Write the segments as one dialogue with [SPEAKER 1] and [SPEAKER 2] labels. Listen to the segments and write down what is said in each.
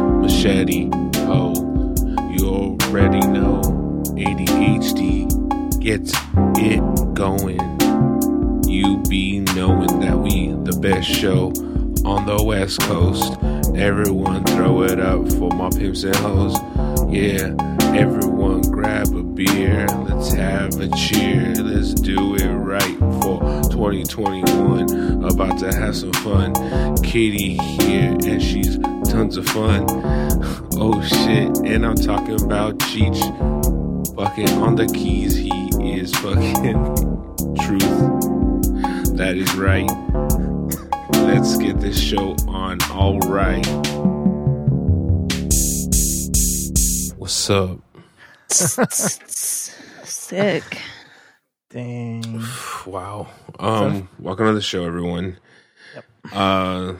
[SPEAKER 1] machete ho. You already know ADHD gets it going. You be knowing that we the best show on the West Coast. Everyone throw it up for my pimps and hoes. Yeah, everyone grab a beer. Let's have a cheer. Let's do it right for 2021. About to have some fun. Kitty here, and she's tons of fun. oh shit, and I'm talking about Cheech. Fucking on the keys, he is fucking truth. That is right. Let's get this show on. All right. What's up?
[SPEAKER 2] Sick.
[SPEAKER 3] Dang.
[SPEAKER 1] Wow. Um, welcome to the show, everyone. Uh,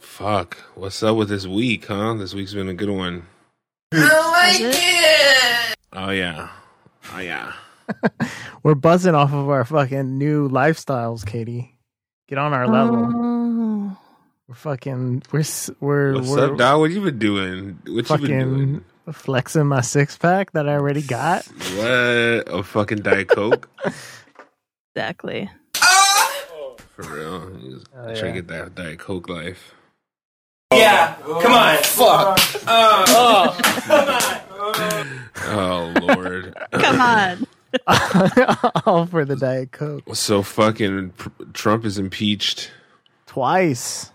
[SPEAKER 1] fuck. What's up with this week, huh? This week's been a good one.
[SPEAKER 2] Is it?
[SPEAKER 1] Oh yeah. Oh yeah.
[SPEAKER 3] We're buzzing off of our fucking new lifestyles, Katie. Get on our level.
[SPEAKER 2] Oh.
[SPEAKER 3] We're fucking we're s- we're
[SPEAKER 1] What's
[SPEAKER 3] we're
[SPEAKER 1] up, dog? What you been doing? What you been doing?
[SPEAKER 3] fucking flexing my six pack that I already got.
[SPEAKER 1] What? A fucking Diet Coke?
[SPEAKER 2] Exactly.
[SPEAKER 1] For real. He's
[SPEAKER 3] Oh,
[SPEAKER 1] trying
[SPEAKER 3] yeah.
[SPEAKER 1] to get that Diet Coke life.
[SPEAKER 4] Yeah, come on. Fuck. Uh, oh.
[SPEAKER 1] Oh lord.
[SPEAKER 2] Come on.
[SPEAKER 3] All for the Diet Coke.
[SPEAKER 1] So fucking pr- Trump is impeached
[SPEAKER 3] Twice.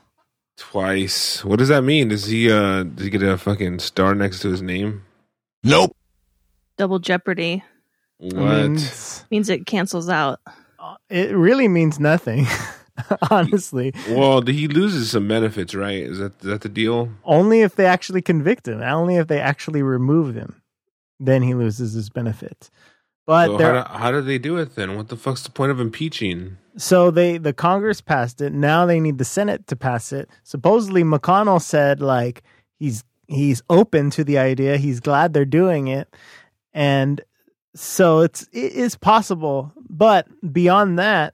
[SPEAKER 1] twice. What does that mean? Does he uh does he get a fucking star next to his name?
[SPEAKER 2] Double Jeopardy
[SPEAKER 1] What?
[SPEAKER 3] I mean, it's-
[SPEAKER 2] means it cancels out.
[SPEAKER 3] uh, it really means nothing. Honestly.
[SPEAKER 1] well, he loses some benefits, right? Is that is that the deal?
[SPEAKER 3] Only if they actually convict him. Only if they actually remove him. Then he loses his benefit. But
[SPEAKER 1] so
[SPEAKER 3] there
[SPEAKER 1] how, do, how do they do it then? What the fuck's the point of impeaching?
[SPEAKER 3] So they the Congress passed it. Now they need the Senate to pass it. Supposedly McConnell said like he's he's open to the idea. He's glad they're doing it. And so it's it is possible, but beyond that,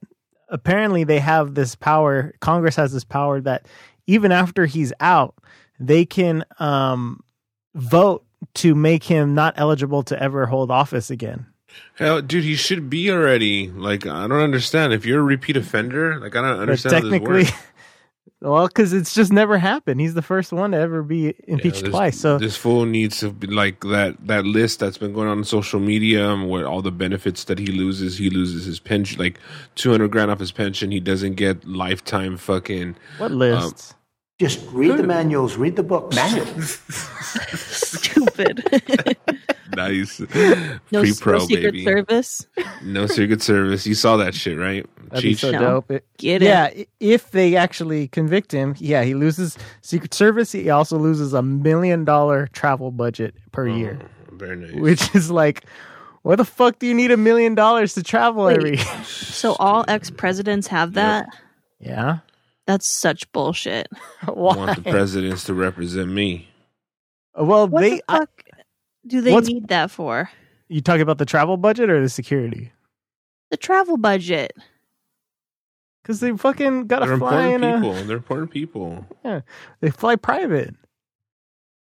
[SPEAKER 3] apparently they have this power. Congress has this power that even after he's out, they can um vote to make him not eligible to ever hold office again.
[SPEAKER 1] Hell, dude, he should be already. Like, I don't understand. If you're a repeat offender, like, I don't
[SPEAKER 3] But
[SPEAKER 1] understand.
[SPEAKER 3] technically,
[SPEAKER 1] how this works.
[SPEAKER 3] well, because it's just never happened. He's the first one to ever be impeached
[SPEAKER 1] Yeah, this-
[SPEAKER 3] twice. So
[SPEAKER 1] this fool needs to be like that. That list that's been going on, on social media, um, where all the benefits that he loses, he loses his pension, like two hundred grand off his pension. He doesn't get lifetime fucking.
[SPEAKER 3] what lists?
[SPEAKER 5] Just read the manuals, read the books. Manuals.
[SPEAKER 2] Stupid.
[SPEAKER 1] Nice.
[SPEAKER 2] no,
[SPEAKER 1] Free pro,
[SPEAKER 2] no Secret
[SPEAKER 1] baby.
[SPEAKER 2] Service.
[SPEAKER 1] No Secret Service. You saw that shit, right?
[SPEAKER 3] That'd be
[SPEAKER 1] Cheech?
[SPEAKER 3] so
[SPEAKER 2] No.
[SPEAKER 3] dope. It-
[SPEAKER 2] Get
[SPEAKER 3] yeah,
[SPEAKER 2] it.
[SPEAKER 3] i- if they actually convict him, yeah, he loses Secret Service. He also loses a million dollar travel budget per year,
[SPEAKER 1] Oh, very nice.
[SPEAKER 3] which is like, what the fuck do you need a million dollars to travel
[SPEAKER 2] Wait.
[SPEAKER 3] every?
[SPEAKER 2] So all ex presidents have that?
[SPEAKER 3] yeah,
[SPEAKER 2] That's such bullshit.
[SPEAKER 1] I
[SPEAKER 3] why?
[SPEAKER 1] want the presidents to represent me.
[SPEAKER 3] Well,
[SPEAKER 2] What
[SPEAKER 3] they
[SPEAKER 2] the fuck do they
[SPEAKER 3] What's-
[SPEAKER 2] need that for?
[SPEAKER 3] you talk about the travel budget or the security?
[SPEAKER 2] The travel budget.
[SPEAKER 3] Because they fucking got
[SPEAKER 1] They're
[SPEAKER 3] to fly
[SPEAKER 1] important
[SPEAKER 3] in a,
[SPEAKER 1] people. They're important people.
[SPEAKER 3] they fly private.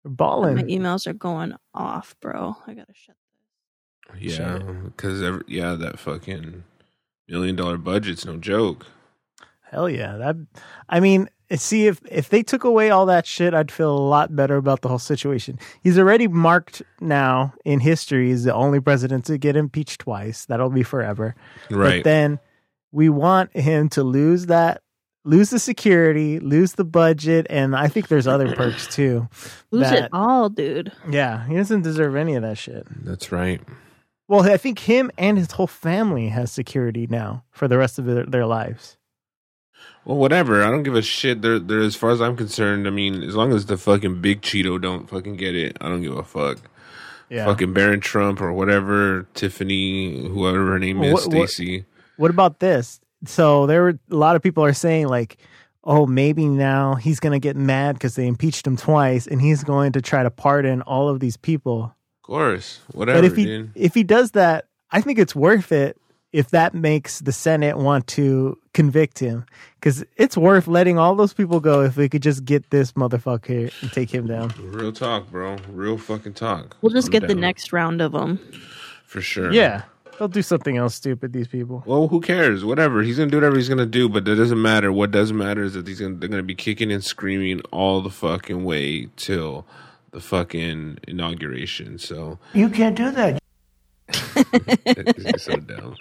[SPEAKER 3] They're balling.
[SPEAKER 2] My emails are going off, bro. I gotta shut.
[SPEAKER 1] Yeah, because yeah, that fucking million dollar budget's no joke.
[SPEAKER 3] Hell yeah. That I mean, see if if they took away all that shit, I'd feel a lot better about the whole situation. He's already marked now in history as the only president to get impeached twice. That'll be forever. But
[SPEAKER 1] Right.
[SPEAKER 3] then we want him to lose that lose the security, lose the budget, and I think there's other perks too.
[SPEAKER 2] Lose
[SPEAKER 3] that,
[SPEAKER 2] it all, dude.
[SPEAKER 3] Yeah, he doesn't deserve any of that shit.
[SPEAKER 1] That's right.
[SPEAKER 3] Well, I think him and his whole family has security now for the rest of their, their lives.
[SPEAKER 1] Well, whatever. I don't give a shit. They're, they're as far as I'm concerned. I mean, as long as the fucking big Cheeto don't fucking get it, I don't give a fuck.
[SPEAKER 3] Yeah.
[SPEAKER 1] Fucking Baron Trump or whatever, Tiffany, whoever her name
[SPEAKER 3] What-
[SPEAKER 1] is,
[SPEAKER 3] what-
[SPEAKER 1] Stacy.
[SPEAKER 3] What about this? So there were a lot of people are saying like, oh, maybe now he's gonna get mad because they impeached him twice, and he's going to try to pardon all of these people.
[SPEAKER 1] Of course, whatever.
[SPEAKER 3] but if he
[SPEAKER 1] dude.
[SPEAKER 3] if he does that, I think it's worth it if that makes the Senate want to convict him. Because it's worth letting all those people go if we could just get this motherfucker and take him down.
[SPEAKER 1] Real talk, bro. Real fucking talk.
[SPEAKER 2] We'll just
[SPEAKER 1] I'm
[SPEAKER 2] get the
[SPEAKER 1] down
[SPEAKER 2] next round of them.
[SPEAKER 1] for sure.
[SPEAKER 3] Yeah. They'll do something else stupid, these people.
[SPEAKER 1] Well, who cares? Whatever. He's gonna do whatever he's gonna do, but that doesn't matter. What does matter is that he's gonna they're gonna be kicking and screaming all the fucking way till the fucking inauguration. So
[SPEAKER 5] You can't do that.
[SPEAKER 1] so dumb.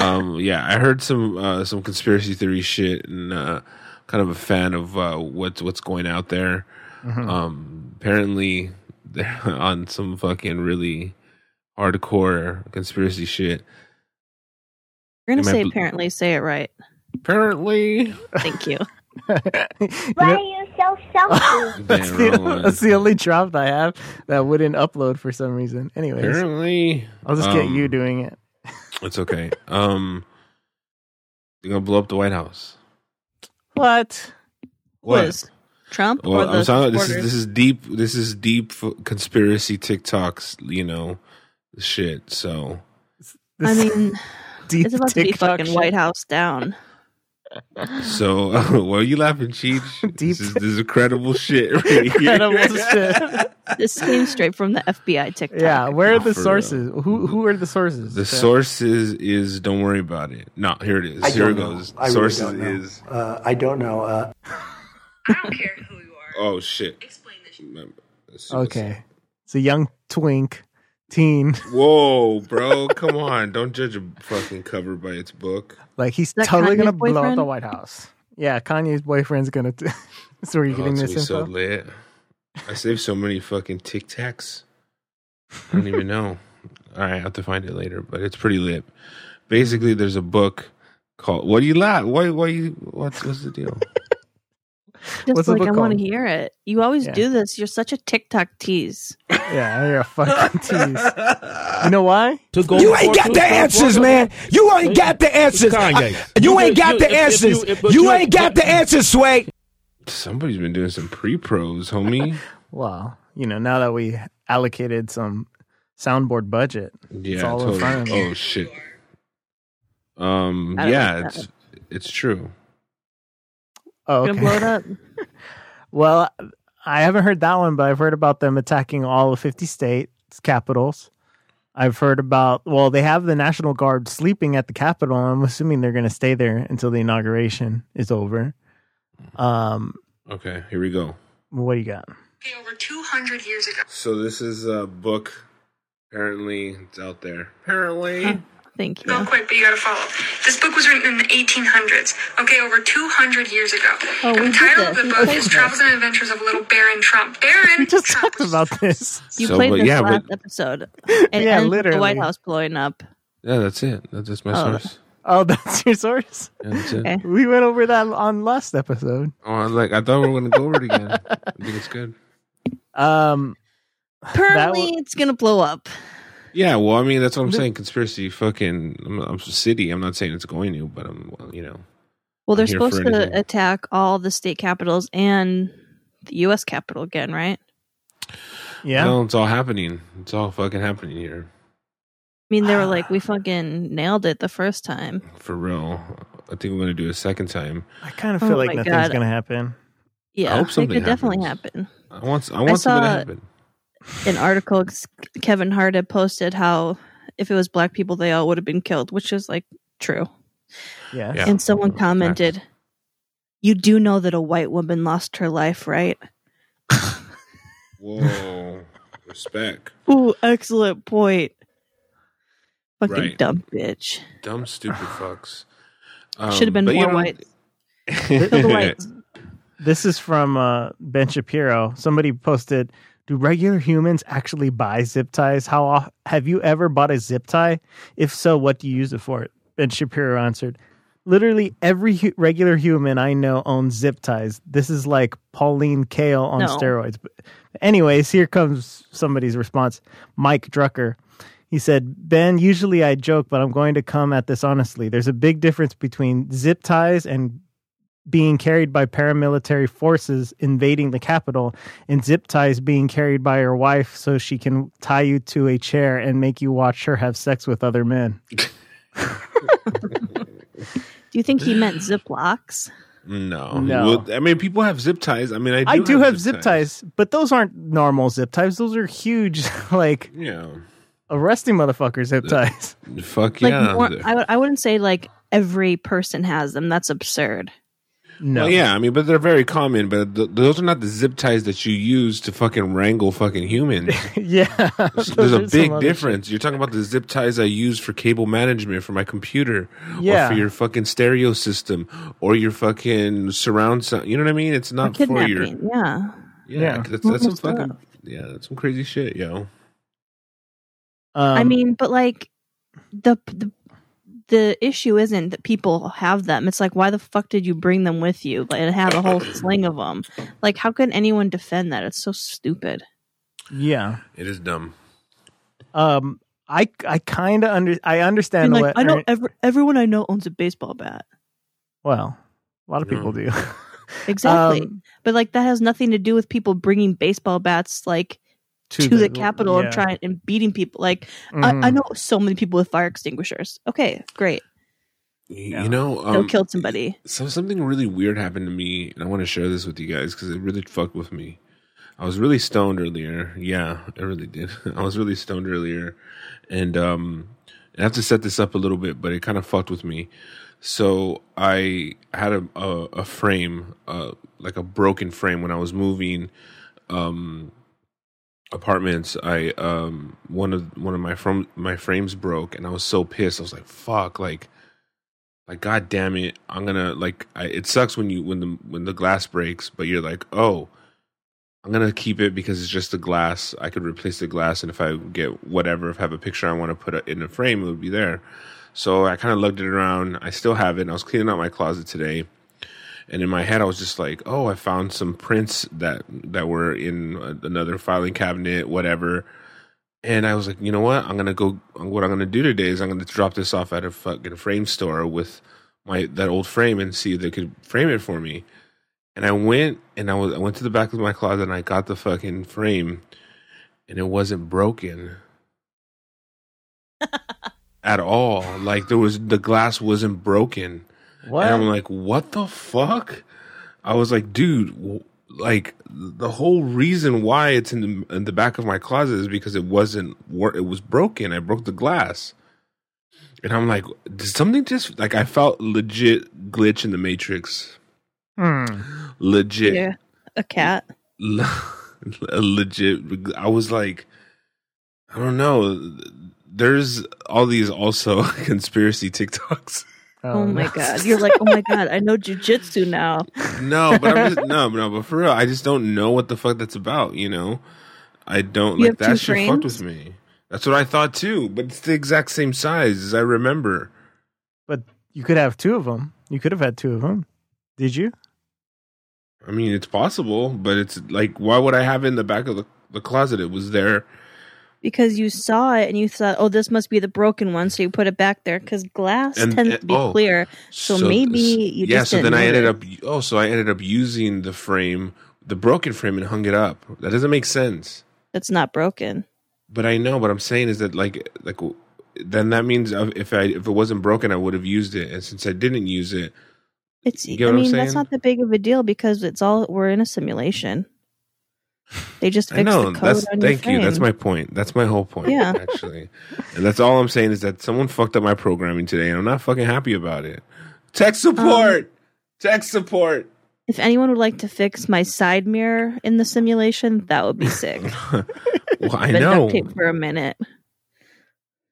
[SPEAKER 1] Um, yeah, I heard some uh, some conspiracy theory shit, and uh, kind of a fan of uh, what's what's going out there.
[SPEAKER 3] Mm-hmm. Hmm.
[SPEAKER 1] Um, apparently, they're on some fucking really hardcore conspiracy shit.
[SPEAKER 2] You're gonna
[SPEAKER 1] Am I
[SPEAKER 2] say
[SPEAKER 1] bl-
[SPEAKER 2] apparently say it right.
[SPEAKER 1] Apparently,
[SPEAKER 2] Thank you.
[SPEAKER 3] You
[SPEAKER 6] Why
[SPEAKER 3] know-
[SPEAKER 6] are you so selfish?
[SPEAKER 3] that's,
[SPEAKER 1] Damn,
[SPEAKER 3] the,
[SPEAKER 1] wrong one.
[SPEAKER 3] that's the only drop I have that wouldn't upload for some reason. Anyways,
[SPEAKER 1] apparently,
[SPEAKER 3] I'll just get
[SPEAKER 1] um,
[SPEAKER 3] you doing it.
[SPEAKER 1] It's okay. Um, they're gonna blow up the White House.
[SPEAKER 3] What?
[SPEAKER 2] What is Trump or
[SPEAKER 1] Well,
[SPEAKER 2] the
[SPEAKER 1] I'm sorry. This is
[SPEAKER 2] supporters?
[SPEAKER 1] this is deep. This is deep f- conspiracy TikToks. You know, shit. So
[SPEAKER 2] I
[SPEAKER 3] This
[SPEAKER 2] mean,
[SPEAKER 3] deep
[SPEAKER 2] it's about to be
[SPEAKER 3] TikTok
[SPEAKER 2] fucking
[SPEAKER 3] shit.
[SPEAKER 2] White House down.
[SPEAKER 1] so. why are you laughing, Cheech?
[SPEAKER 3] Deep-
[SPEAKER 1] This is, this is incredible shit. Right here.
[SPEAKER 3] Incredible shit.
[SPEAKER 2] This came straight from the FBI TikTok.
[SPEAKER 3] Yeah, where are
[SPEAKER 1] For
[SPEAKER 3] the
[SPEAKER 1] real.
[SPEAKER 3] sources? Who who are the sources?
[SPEAKER 1] The
[SPEAKER 3] So-
[SPEAKER 1] source is, is don't worry about it. No, here it is.
[SPEAKER 5] I
[SPEAKER 1] here it
[SPEAKER 5] don't know.
[SPEAKER 1] goes.
[SPEAKER 5] I really
[SPEAKER 1] sources
[SPEAKER 5] don't know.
[SPEAKER 1] is
[SPEAKER 5] Uh, I don't know. Uh,
[SPEAKER 7] I don't care who you are.
[SPEAKER 1] oh shit.
[SPEAKER 7] Explain this.
[SPEAKER 1] Let's see what's-
[SPEAKER 3] Okay, it's a young twink, teen.
[SPEAKER 1] Whoa, bro! Come on! Don't judge a fucking cover by its book.
[SPEAKER 3] Like he's
[SPEAKER 2] that
[SPEAKER 3] totally gonna
[SPEAKER 2] Kanye's
[SPEAKER 3] blow up the
[SPEAKER 2] boyfriend?
[SPEAKER 3] White House. Yeah, Kanye's boyfriend's gonna. T- so are you
[SPEAKER 1] Oh,
[SPEAKER 3] getting
[SPEAKER 1] it's
[SPEAKER 3] this
[SPEAKER 1] gonna be so
[SPEAKER 3] info?
[SPEAKER 1] lit. I saved so many fucking Tic Tacs. I don't even know. All right, I have to find it later, but it's pretty lit. Basically, there's a book called "What Do You Laugh?" Why? Why you? What's What's the deal?
[SPEAKER 2] Just
[SPEAKER 3] What's the
[SPEAKER 2] like
[SPEAKER 3] book
[SPEAKER 2] I want to
[SPEAKER 3] called?
[SPEAKER 2] hear it. You always
[SPEAKER 3] Yeah.
[SPEAKER 2] do this. You're such a TikTok tease.
[SPEAKER 3] yeah, you're a fucking tease. You know why?
[SPEAKER 8] You ain't got the answers, man. You ain't got the answers. I- You ain't got the answers. You ain't got the answers, Sway.
[SPEAKER 1] Somebody's been doing some pre pros, homie.
[SPEAKER 3] Well, you know, now that we allocated some soundboard budget,
[SPEAKER 1] Yeah,
[SPEAKER 3] all in
[SPEAKER 1] totally.
[SPEAKER 3] front of me.
[SPEAKER 1] Oh shit. Um.
[SPEAKER 2] I don't
[SPEAKER 1] Yeah,
[SPEAKER 2] like
[SPEAKER 1] it's it's true.
[SPEAKER 3] oh,
[SPEAKER 2] Gonna blow it
[SPEAKER 3] okay.
[SPEAKER 2] up.
[SPEAKER 3] Well, I haven't heard that one, but I've heard about them attacking all of 50 states' capitals. I've heard about, well, they have the National Guard sleeping at the Capitol. I'm assuming they're going to stay there until the inauguration is over. Um,
[SPEAKER 1] Okay, here we go.
[SPEAKER 3] what do you got?
[SPEAKER 7] Over 200 years ago.
[SPEAKER 1] So this is a book. Apparently, it's out there. Apparently.
[SPEAKER 2] Thank
[SPEAKER 7] Real
[SPEAKER 2] you.
[SPEAKER 7] quick, but you gotta follow. This book was written in the 1800s. Okay, over 200 years ago.
[SPEAKER 2] Oh,
[SPEAKER 7] and
[SPEAKER 2] we did
[SPEAKER 7] the title
[SPEAKER 2] this.
[SPEAKER 7] of the
[SPEAKER 2] We
[SPEAKER 7] book
[SPEAKER 2] played
[SPEAKER 7] is
[SPEAKER 2] this.
[SPEAKER 7] Travels and Adventures of Little Baron Trump. Baron
[SPEAKER 3] We just
[SPEAKER 7] Trump.
[SPEAKER 3] talked about this.
[SPEAKER 2] You
[SPEAKER 1] So,
[SPEAKER 2] played
[SPEAKER 1] but
[SPEAKER 2] this
[SPEAKER 1] yeah,
[SPEAKER 2] last
[SPEAKER 1] but-
[SPEAKER 2] episode. It
[SPEAKER 3] Yeah,
[SPEAKER 2] ends with The
[SPEAKER 3] literally.
[SPEAKER 2] White House blowing up.
[SPEAKER 1] Yeah, that's it. That- That's my
[SPEAKER 2] Oh.
[SPEAKER 1] source.
[SPEAKER 3] Oh, that's your source?
[SPEAKER 1] Yeah, that's it.
[SPEAKER 2] Okay.
[SPEAKER 3] We went over that on last episode.
[SPEAKER 1] Oh, I was like I thought we were gonna go over it again. I think it's good.
[SPEAKER 3] Um,
[SPEAKER 2] Apparently,
[SPEAKER 3] wa-
[SPEAKER 2] it's gonna blow up.
[SPEAKER 1] Yeah, well, I mean, that's what I'm saying. Conspiracy, fucking, I'm, I'm city. I'm not saying it's going to, but I'm, well, you know,
[SPEAKER 2] Well, they're
[SPEAKER 1] I'm here for
[SPEAKER 2] supposed to
[SPEAKER 1] anything.
[SPEAKER 2] attack all the state capitals and the U.S. Capitol again, right?
[SPEAKER 3] yeah.
[SPEAKER 1] Well, it's all happening. It's all fucking happening here
[SPEAKER 2] I mean, they were like, we fucking nailed it the first time.
[SPEAKER 1] for real. I think we're gonna do it a second time.
[SPEAKER 3] I kind of
[SPEAKER 2] Oh
[SPEAKER 3] feel like
[SPEAKER 2] my
[SPEAKER 3] nothing's
[SPEAKER 2] God.
[SPEAKER 3] going to happen.
[SPEAKER 2] Yeah,
[SPEAKER 1] hope
[SPEAKER 2] it
[SPEAKER 1] something
[SPEAKER 2] could definitely
[SPEAKER 1] happens.
[SPEAKER 2] happen.
[SPEAKER 1] I want, I want something to
[SPEAKER 2] saw-
[SPEAKER 1] happen.
[SPEAKER 2] An article ex- Kevin Hart had posted how if it was black people, they all would have been killed, which is like true.
[SPEAKER 3] Yeah.
[SPEAKER 1] Yeah.
[SPEAKER 2] And someone
[SPEAKER 1] Facts.
[SPEAKER 2] commented, "You do know that a white woman lost her life, right?"
[SPEAKER 1] Whoa, respect,
[SPEAKER 2] Ooh, excellent point. Fucking
[SPEAKER 1] Right.
[SPEAKER 2] dumb bitch.
[SPEAKER 1] dumb stupid fucks. Um,
[SPEAKER 2] Should have been
[SPEAKER 1] but,
[SPEAKER 2] more
[SPEAKER 1] you know-
[SPEAKER 2] white. Kill the whites.
[SPEAKER 3] This is from uh, Ben Shapiro. Somebody posted, "Do regular humans actually buy zip ties? How off- have you ever bought a zip tie? If so, what do you use it for?" Ben Shapiro answered, "Literally every hu- regular human I know owns zip ties. This is like Pauline Kael on
[SPEAKER 2] No.
[SPEAKER 3] steroids." But anyways, here comes somebody's response. Mike Drucker. He said, Ben, usually I joke, but I'm going to come at this honestly. There's a big difference between zip ties and being carried by paramilitary forces invading the capital and zip ties being carried by your wife so she can tie you to a chair and make you watch her have sex with other men
[SPEAKER 2] Do you think he meant Ziplocs?
[SPEAKER 1] No,
[SPEAKER 3] No.
[SPEAKER 1] Well, I mean, people have zip ties. I mean, I do,
[SPEAKER 3] I do have zip ties, but those aren't normal zip ties. Those are huge, like
[SPEAKER 1] Yeah,
[SPEAKER 3] arresting motherfucker zip ties.
[SPEAKER 1] fuck
[SPEAKER 2] Like,
[SPEAKER 1] yeah.
[SPEAKER 2] more,
[SPEAKER 1] They're-
[SPEAKER 2] I, would- I wouldn't say like every person has them. That's absurd.
[SPEAKER 3] No,
[SPEAKER 1] Well, yeah, I mean, but they're very common. But th- those are not the zip ties that you use to fucking wrangle fucking humans.
[SPEAKER 3] yeah.
[SPEAKER 1] There's a
[SPEAKER 3] Those are some
[SPEAKER 1] big
[SPEAKER 3] other
[SPEAKER 1] difference. You're talking about the zip ties I use for cable management for my computer,
[SPEAKER 3] Yeah.
[SPEAKER 1] or for your fucking stereo system, or your fucking surround sound. You know what I mean? It's not for, your
[SPEAKER 2] Kidnapping. Yeah.
[SPEAKER 1] yeah.
[SPEAKER 3] Yeah.
[SPEAKER 1] That's, that's some
[SPEAKER 2] Almost
[SPEAKER 1] fucking
[SPEAKER 2] up.
[SPEAKER 1] yeah. That's some crazy shit, yo.
[SPEAKER 3] shit. Um,
[SPEAKER 2] I mean, but like the, the the issue isn't that people have them. It's like, why the fuck did you bring them with you and have a whole sling of them? Like, how can anyone defend that? It's so stupid.
[SPEAKER 3] yeah.
[SPEAKER 1] It is dumb.
[SPEAKER 3] Um, I I kind of under I
[SPEAKER 2] And
[SPEAKER 3] understand
[SPEAKER 2] like,
[SPEAKER 3] what
[SPEAKER 2] I know
[SPEAKER 3] Ern-
[SPEAKER 2] every, everyone I know owns a baseball bat.
[SPEAKER 3] well, a lot of people do.
[SPEAKER 2] Exactly.
[SPEAKER 3] Um,
[SPEAKER 2] but like, that has nothing to do with people bringing baseball bats like to, the, Capitol
[SPEAKER 3] yeah.
[SPEAKER 2] and trying and beating people. Like,
[SPEAKER 3] Mhm.
[SPEAKER 2] I, I know so many people with fire extinguishers. Okay, great.
[SPEAKER 1] Y- You know,
[SPEAKER 2] They'll
[SPEAKER 1] um,
[SPEAKER 2] kill somebody.
[SPEAKER 1] so something really weird happened to me, and I want to share this with you guys because it really fucked with me. I was really stoned earlier. Yeah, it really did. I was really stoned earlier, and um, I have to set this up a little bit, but it kind of fucked with me. So I had a a, a frame, uh, like a broken frame, when I was moving um, apartments. I um, one of one of my from my frames broke, and I was so pissed. I was like, "Fuck!" Like like god damn it i'm gonna like I, it sucks when you when the when the glass breaks but you're like oh i'm gonna keep it because it's just the glass i could replace the glass and if i get whatever if i have a picture i want to put in a frame it would be there so i kind of lugged it around i still have it and i was cleaning out my closet today and in my head i was just like oh i found some prints that that were in a- another filing cabinet whatever and I was like, you know what? I'm gonna go. um, What I'm gonna do today is I'm gonna drop this off at a fucking frame store with my that old frame and see if they could frame it for me. And I went and I was I went to the back of my closet and I got the fucking frame, and it wasn't broken at all. Like there was the glass wasn't broken.
[SPEAKER 3] What?
[SPEAKER 1] And I'm like, what the fuck? I was like, dude, w- like the whole reason why it's in the in the back of my closet is because it wasn't wor- it was broken. I broke the glass. And I'm like, did something just like I felt legit glitch in the matrix.
[SPEAKER 3] Hmm.
[SPEAKER 1] Legit.
[SPEAKER 2] Yeah. A cat.
[SPEAKER 1] le- legit i was like i don't know there's all these also conspiracy tiktoks
[SPEAKER 2] Oh,
[SPEAKER 1] Um,
[SPEAKER 2] my
[SPEAKER 3] no.
[SPEAKER 2] god. You're like, oh my god, I know jujitsu now.
[SPEAKER 1] no but i'm just no no but for real i just don't know what the fuck that's about you know i don't
[SPEAKER 2] You
[SPEAKER 1] like
[SPEAKER 2] have
[SPEAKER 1] that
[SPEAKER 2] two
[SPEAKER 1] shit
[SPEAKER 2] frames?
[SPEAKER 1] fucked with me that's what i thought too but it's the exact same size as i remember
[SPEAKER 3] But you could have two of them. You could have had two of them. Did you?
[SPEAKER 1] i mean it's possible but it's like why would i have it in the back of the, the closet it was there
[SPEAKER 2] Because you saw it and you thought, oh, this must be the broken one, so you put it back there because glass
[SPEAKER 1] And-
[SPEAKER 2] tends
[SPEAKER 1] and-
[SPEAKER 2] to be
[SPEAKER 1] oh.
[SPEAKER 2] clear. So maybe you
[SPEAKER 1] yeah.
[SPEAKER 2] just
[SPEAKER 1] so
[SPEAKER 2] didn't
[SPEAKER 1] then I ended
[SPEAKER 2] know
[SPEAKER 1] up oh, so I ended up using the frame, the broken frame, and hung it up. That doesn't make sense.
[SPEAKER 2] That's not broken.
[SPEAKER 1] But I know what I'm saying is that like like then that means uh, if I if it wasn't broken, I would have used it, and since I didn't use it,
[SPEAKER 2] It's.
[SPEAKER 1] You get
[SPEAKER 2] I
[SPEAKER 1] what I'm
[SPEAKER 2] mean, that's
[SPEAKER 1] saying?
[SPEAKER 2] not that big of a deal because it's all we're in a simulation. They just
[SPEAKER 1] I
[SPEAKER 2] fixed
[SPEAKER 1] know
[SPEAKER 2] the code
[SPEAKER 1] that's
[SPEAKER 2] on
[SPEAKER 1] thank
[SPEAKER 2] your
[SPEAKER 1] you. That's
[SPEAKER 2] frame.
[SPEAKER 1] my point. That's my whole point.
[SPEAKER 2] Yeah.
[SPEAKER 1] actually, and that's all I'm saying is that someone fucked up my programming today, and I'm not fucking happy about it. Tech support, tech support.
[SPEAKER 2] If anyone would like to fix my side mirror in the simulation, that would be sick.
[SPEAKER 1] Well, I
[SPEAKER 2] Been
[SPEAKER 1] know.
[SPEAKER 2] duct taped for a minute.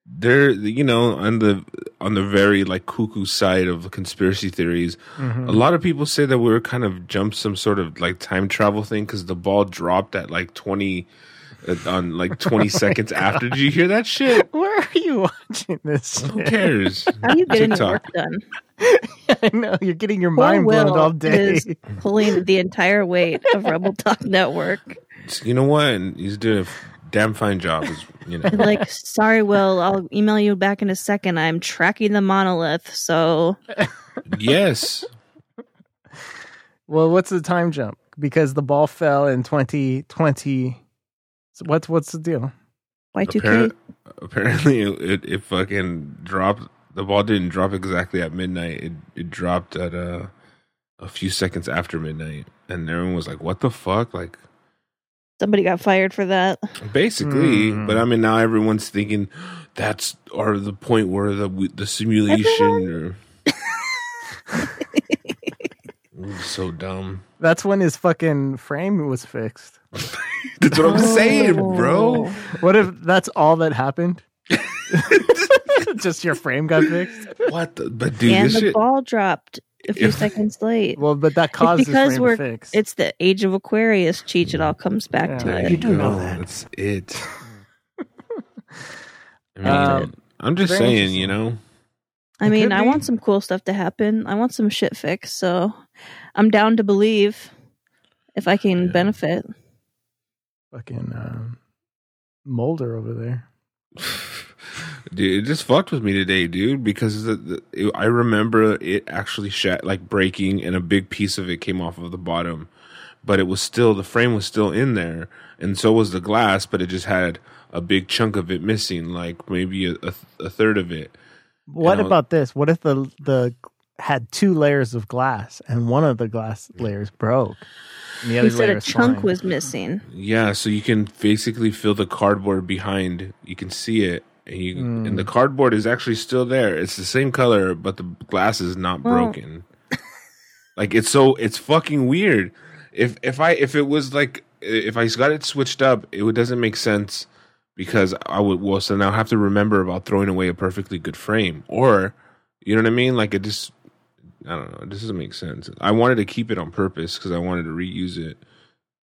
[SPEAKER 1] they're you know on the on the very like cuckoo side of conspiracy theories a lot of people say that we were kind of jumped some sort of like time travel thing because the ball dropped at like 20 uh, on like 20 seconds after did you hear that shit
[SPEAKER 3] Where are you watching this? shit?
[SPEAKER 1] who cares
[SPEAKER 2] How do you get any
[SPEAKER 1] TikTok.
[SPEAKER 2] work done?
[SPEAKER 3] I know you're getting your
[SPEAKER 2] Poor
[SPEAKER 3] mind blown
[SPEAKER 2] Will
[SPEAKER 3] all day.
[SPEAKER 2] is pulling the entire weight of Rebel Talk Network.
[SPEAKER 1] you know what and he's doing a f- damn fine job is you know
[SPEAKER 2] Like, sorry, Will, I'll email you back in a second. I'm tracking the monolith, so
[SPEAKER 1] yes
[SPEAKER 3] Well, what's the time jump? Because the ball fell in 2020. So what's what's the deal?
[SPEAKER 2] Y2K.
[SPEAKER 1] Appar- apparently it, it fucking dropped the ball didn't drop exactly at midnight. It it dropped at uh, a few seconds after midnight, and everyone was like, "What the fuck?" Like
[SPEAKER 2] Somebody got fired for that.
[SPEAKER 1] basically.
[SPEAKER 3] Hmm.
[SPEAKER 1] But I mean, now everyone's thinking that's or the point where the the simulation. Or, It was so dumb.
[SPEAKER 3] That's when his fucking frame was fixed.
[SPEAKER 1] That's what I'm saying, bro.
[SPEAKER 2] Oh.
[SPEAKER 3] What if that's all that happened? Just your frame got fixed.
[SPEAKER 1] What? The, but dude,
[SPEAKER 2] and
[SPEAKER 1] this
[SPEAKER 2] the
[SPEAKER 1] shit.
[SPEAKER 2] ball dropped a few
[SPEAKER 1] If-
[SPEAKER 2] seconds late.
[SPEAKER 3] Well, but that caused
[SPEAKER 2] it's
[SPEAKER 3] his
[SPEAKER 2] because
[SPEAKER 3] frame
[SPEAKER 2] we're
[SPEAKER 3] fix.
[SPEAKER 2] it's the age of Aquarius, Cheech. It all comes back
[SPEAKER 3] Yeah.
[SPEAKER 2] to
[SPEAKER 1] There
[SPEAKER 2] it.
[SPEAKER 5] You do know
[SPEAKER 1] go.
[SPEAKER 5] that.
[SPEAKER 1] That's it. I mean,
[SPEAKER 3] Um,
[SPEAKER 1] I'm just
[SPEAKER 3] very
[SPEAKER 1] saying, you know.
[SPEAKER 2] I
[SPEAKER 3] It
[SPEAKER 2] mean,
[SPEAKER 3] could
[SPEAKER 2] I
[SPEAKER 3] be.
[SPEAKER 2] want some cool stuff to happen. I want some shit fixed. So I'm down to believe if I can benefit.
[SPEAKER 3] fucking um, Molder over there.
[SPEAKER 1] Dude, it just fucked with me today, dude. Because the, the, it, I remember it actually shat, like breaking, and a big piece of it came off of the bottom. But it was still the frame was still in there, and so was the glass. But it just had a big chunk of it missing, like maybe a, a, a third of it.
[SPEAKER 3] What
[SPEAKER 1] And I'll-
[SPEAKER 3] about this? What if the the had two layers of glass and one of the glass layers broke? And the
[SPEAKER 2] He
[SPEAKER 3] other
[SPEAKER 2] said
[SPEAKER 3] layer
[SPEAKER 2] a
[SPEAKER 3] is
[SPEAKER 2] chunk
[SPEAKER 3] fine?
[SPEAKER 2] was missing.
[SPEAKER 1] Yeah, so you can basically feel the cardboard behind. You can see it, and you
[SPEAKER 3] Mm.
[SPEAKER 1] and the cardboard is actually still there. It's the same color, but the glass is not
[SPEAKER 2] Well-
[SPEAKER 1] broken. like it's so it's fucking weird. If if I if it was like if I got it switched up, it would- doesn't make sense because I would well so now I have to remember about throwing away a perfectly good frame or you know what I mean? Like it just I don't know. It just doesn't make sense. I wanted to keep it on purpose because I wanted to reuse it.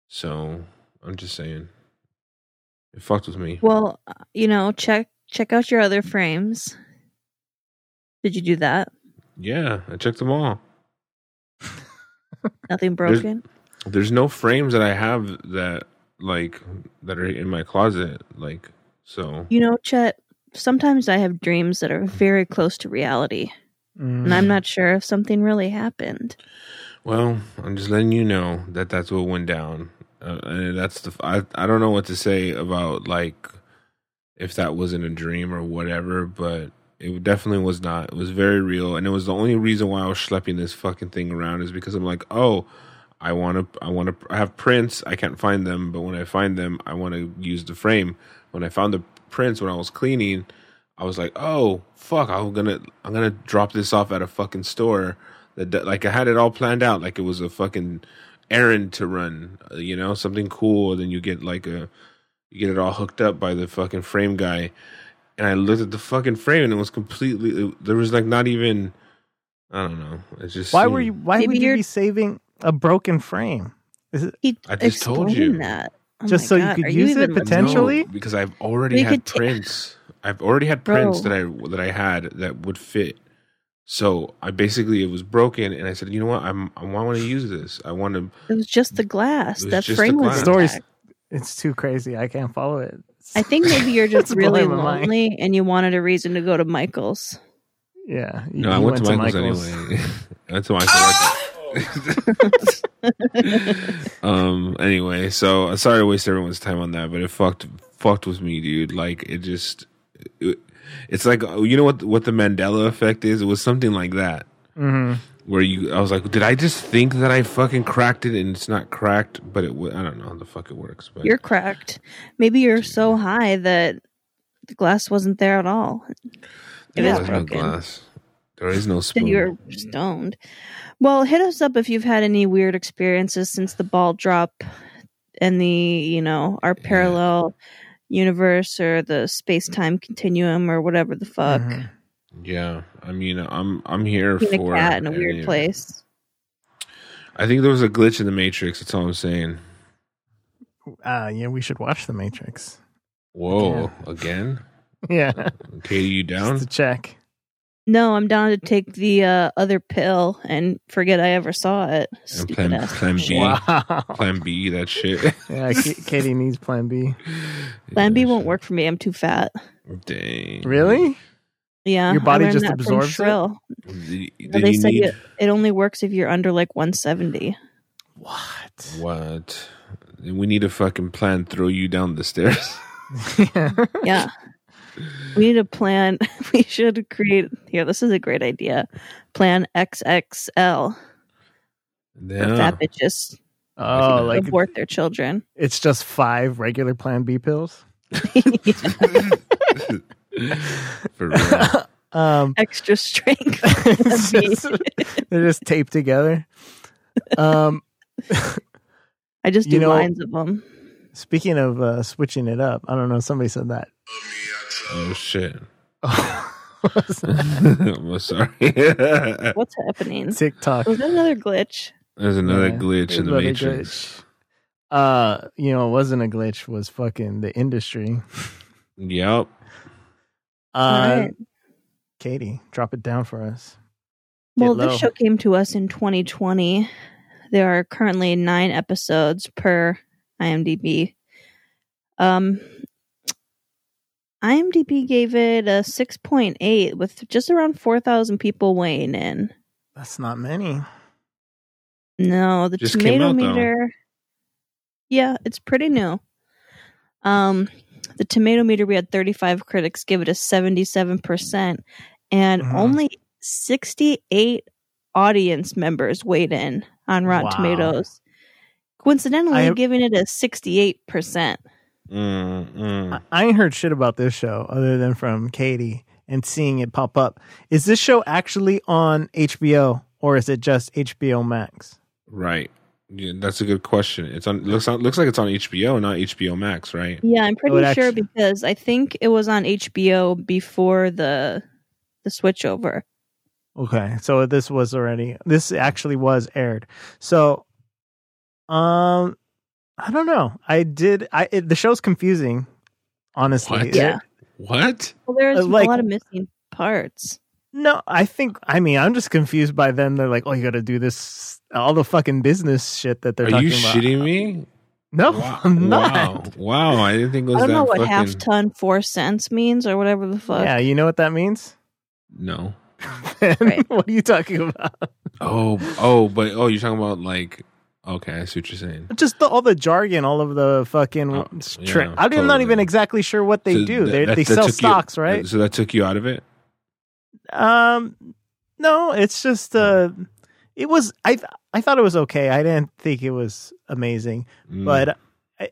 [SPEAKER 1] So I'm just saying, it fucked with me.
[SPEAKER 2] Well, uh, you know, check check out your other frames. Did you do that?
[SPEAKER 1] Yeah, I checked them all.
[SPEAKER 2] Nothing broken.
[SPEAKER 1] There's no frames that I have that like that are in my closet. Like so,
[SPEAKER 2] You know, Chet. Sometimes I have dreams that are very close to reality,
[SPEAKER 3] Mm.
[SPEAKER 2] and I'm not sure if something really happened.
[SPEAKER 1] well, I'm just letting you know that that's what went down. Uh, and that's the I I don't know what to say about like if that wasn't a dream or whatever, but it definitely was not. It was very real, and it was the only reason why I was schlepping this fucking thing around is because I'm like, oh, I want to, I want to, I have prints. I can't find them, but when I find them, I want to use the frame. When I found the prints when I was cleaning, I was like, oh fuck, I'm gonna, I'm gonna drop this off at a fucking store. That that- like I had it all planned out, like it was a fucking errand to run, uh, you know, something cool. And then you get like a, you get it all hooked up by the fucking frame guy and i looked at the fucking frame and it was completely it- there was like not even i don't know it's just
[SPEAKER 3] Why
[SPEAKER 1] seemed-
[SPEAKER 3] were you? Why
[SPEAKER 2] Maybe
[SPEAKER 3] would you
[SPEAKER 2] you're-
[SPEAKER 3] be saving a broken frame?
[SPEAKER 2] He
[SPEAKER 1] I just told
[SPEAKER 2] explained
[SPEAKER 1] you.
[SPEAKER 2] that. Oh
[SPEAKER 3] Just
[SPEAKER 2] my
[SPEAKER 3] so you could
[SPEAKER 2] are
[SPEAKER 3] use it,
[SPEAKER 2] even-
[SPEAKER 1] No,
[SPEAKER 3] potentially?
[SPEAKER 1] because i've already
[SPEAKER 2] We
[SPEAKER 1] had
[SPEAKER 2] could ta-
[SPEAKER 1] prints i've already had prints
[SPEAKER 2] Bro.
[SPEAKER 1] that i that i had that would fit so i basically it was broken and i said you know what i'm i want to use this i want to
[SPEAKER 2] It was just the glass.
[SPEAKER 1] It was
[SPEAKER 2] That
[SPEAKER 1] just
[SPEAKER 2] frame
[SPEAKER 1] the
[SPEAKER 2] was
[SPEAKER 1] glass.
[SPEAKER 3] Stories-
[SPEAKER 2] intact.
[SPEAKER 3] It's too crazy. I can't follow it.
[SPEAKER 2] I think maybe you're just
[SPEAKER 3] It's
[SPEAKER 2] really
[SPEAKER 3] blowing my mind.
[SPEAKER 2] lonely and you wanted a reason to go to Michael's.
[SPEAKER 3] Yeah. you-
[SPEAKER 1] no i
[SPEAKER 3] you
[SPEAKER 1] went, to, michael's, anyway i went to michael's
[SPEAKER 2] Ah!
[SPEAKER 1] um anyway so uh, sorry to waste everyone's time on that but it fucked fucked with me dude like it just it, it's like uh, you know what what the mandela effect is it was something like that
[SPEAKER 3] Mhm.
[SPEAKER 1] where you i was like did i just think that i fucking cracked it and it's not cracked but it wa- i don't know how the fuck it works but
[SPEAKER 2] You're cracked. Maybe you're so high that the glass wasn't there at all. It
[SPEAKER 1] There
[SPEAKER 2] is
[SPEAKER 1] was
[SPEAKER 2] broken.
[SPEAKER 1] glass Mm. there is no spoon
[SPEAKER 2] Then you're stoned. Well, hit us up if you've had any weird experiences since the ball drop and the, you know, our parallel universe or the space time continuum or whatever the fuck.
[SPEAKER 3] Mhm.
[SPEAKER 1] Mm-hmm. yeah i mean i'm i'm here
[SPEAKER 2] Being
[SPEAKER 1] for
[SPEAKER 2] a cat in a
[SPEAKER 1] any-
[SPEAKER 2] weird place.
[SPEAKER 1] i think there was a glitch in the matrix that's all i'm saying
[SPEAKER 3] Uh, yeah, we should watch The Matrix.
[SPEAKER 1] whoa again
[SPEAKER 3] Yeah.
[SPEAKER 1] okay you down
[SPEAKER 3] Just to check.
[SPEAKER 2] No, I'm down to take the uh, other pill and forget I ever saw it.
[SPEAKER 1] and
[SPEAKER 2] Stupid
[SPEAKER 1] plan,
[SPEAKER 2] ass
[SPEAKER 1] plan b
[SPEAKER 3] Wow.
[SPEAKER 1] plan b that shit
[SPEAKER 3] Yeah, K- Katie needs Plan B.
[SPEAKER 2] Plan B
[SPEAKER 1] Yeah,
[SPEAKER 2] won't
[SPEAKER 1] shit.
[SPEAKER 2] work for me. I'm too fat.
[SPEAKER 1] Dang.
[SPEAKER 3] Really?
[SPEAKER 2] Yeah,
[SPEAKER 3] Your body
[SPEAKER 2] I learned
[SPEAKER 3] just
[SPEAKER 2] that from
[SPEAKER 3] absorbs it?
[SPEAKER 2] Shrill.
[SPEAKER 1] Did,
[SPEAKER 2] Well,
[SPEAKER 1] did
[SPEAKER 2] they
[SPEAKER 1] you
[SPEAKER 2] said
[SPEAKER 1] need
[SPEAKER 2] it, it only works if you're under like 170.
[SPEAKER 1] Mm-hmm.
[SPEAKER 3] What?
[SPEAKER 1] what? We need a fucking plan. Throw you down the stairs.
[SPEAKER 3] Yeah.
[SPEAKER 2] Yeah, We need a plan. We should create. Here, this is a great idea. Plan XXL.
[SPEAKER 1] Yeah.
[SPEAKER 2] Fat bitches
[SPEAKER 3] Oh, like
[SPEAKER 2] abort their children.
[SPEAKER 3] it's just five regular Plan B pills.
[SPEAKER 1] For real.
[SPEAKER 3] Um,
[SPEAKER 2] Extra strength.
[SPEAKER 3] It's just- they're just taped together. Um,
[SPEAKER 2] I just do
[SPEAKER 3] You know-
[SPEAKER 2] lines of them.
[SPEAKER 3] speaking of uh, switching it up, I don't know. Somebody said that.
[SPEAKER 1] Oh shit.
[SPEAKER 3] Was that
[SPEAKER 1] I'm sorry. There's
[SPEAKER 2] What's happening?
[SPEAKER 3] TikTok.
[SPEAKER 2] Was that another glitch?
[SPEAKER 1] another
[SPEAKER 3] Yeah,
[SPEAKER 1] glitch in the
[SPEAKER 3] another
[SPEAKER 1] matrix.
[SPEAKER 3] glitch. Uh, you know, it wasn't a glitch. Was fucking the industry.
[SPEAKER 1] Yep.
[SPEAKER 3] Uh,
[SPEAKER 2] Alright.
[SPEAKER 3] Katie, drop it down for us.
[SPEAKER 2] Well,
[SPEAKER 3] Get
[SPEAKER 2] this
[SPEAKER 3] low.
[SPEAKER 2] show came to us in 2020. There are currently nine episodes per IMDb. Um, IMDb gave it a 6.8 with just around 4,000 people weighing in.
[SPEAKER 3] That's not many.
[SPEAKER 2] No, the
[SPEAKER 1] Just came
[SPEAKER 2] tomato
[SPEAKER 1] out, though.
[SPEAKER 2] meter. Yeah, it's pretty new. Um, the tomato meter, we had 35 critics give it a 77%, and
[SPEAKER 3] Mhm.
[SPEAKER 2] only 68 audience members weighed in on Rotten
[SPEAKER 3] Wow.
[SPEAKER 2] Tomatoes. Coincidentally,
[SPEAKER 3] I-
[SPEAKER 2] giving it a 68%.
[SPEAKER 1] Mm, mm.
[SPEAKER 3] I, I ain't heard shit about this show other than from Katie and seeing it pop up. Is this show actually on HBO or is it just HBO Max?
[SPEAKER 1] Right. Yeah, that's a good question. It's on looks on, looks like it's on HBO, not HBO Max, right?
[SPEAKER 2] Yeah, I'm pretty
[SPEAKER 3] would
[SPEAKER 2] sure
[SPEAKER 3] actu-
[SPEAKER 2] because I think it was on HBO before the the switchover.
[SPEAKER 3] Okay, so this was already this actually was aired. So, um, I don't know. I did. I it, the show's confusing, honestly.
[SPEAKER 1] What?
[SPEAKER 2] Yeah.
[SPEAKER 1] What?
[SPEAKER 2] Well, there's
[SPEAKER 3] Uh, like-
[SPEAKER 2] a lot of missing parts.
[SPEAKER 3] No, I think. I mean, I'm just confused by them. They're like, oh, you got to do this, all the fucking business shit that they're
[SPEAKER 1] Are
[SPEAKER 3] talking
[SPEAKER 1] you
[SPEAKER 3] about.
[SPEAKER 1] shitting me?
[SPEAKER 3] No,
[SPEAKER 1] Wow.
[SPEAKER 3] I'm not.
[SPEAKER 1] Wow. Wow. I didn't think it was
[SPEAKER 2] I don't
[SPEAKER 1] that
[SPEAKER 2] know what
[SPEAKER 1] fucking
[SPEAKER 2] half ton four cents means or whatever the fuck.
[SPEAKER 3] Yeah, you know what that means?
[SPEAKER 1] No.
[SPEAKER 2] Right.
[SPEAKER 3] what are you talking about?
[SPEAKER 1] Oh, oh, but oh, you're talking about like okay, I see what you're saying.
[SPEAKER 3] Just the, all the jargon, all of the fucking.
[SPEAKER 1] Oh,
[SPEAKER 3] tri-
[SPEAKER 1] yeah,
[SPEAKER 3] I'm not
[SPEAKER 1] totally.
[SPEAKER 3] even exactly sure what they
[SPEAKER 1] So
[SPEAKER 3] do.
[SPEAKER 1] that-
[SPEAKER 3] They
[SPEAKER 1] that-
[SPEAKER 3] they
[SPEAKER 1] that
[SPEAKER 3] sell
[SPEAKER 1] took you-
[SPEAKER 3] stocks, right?
[SPEAKER 1] So that took you out of it?
[SPEAKER 3] Um, no, it's just uh, it was I th- I thought it was okay. I didn't think it was amazing,
[SPEAKER 1] Mm.
[SPEAKER 3] but I,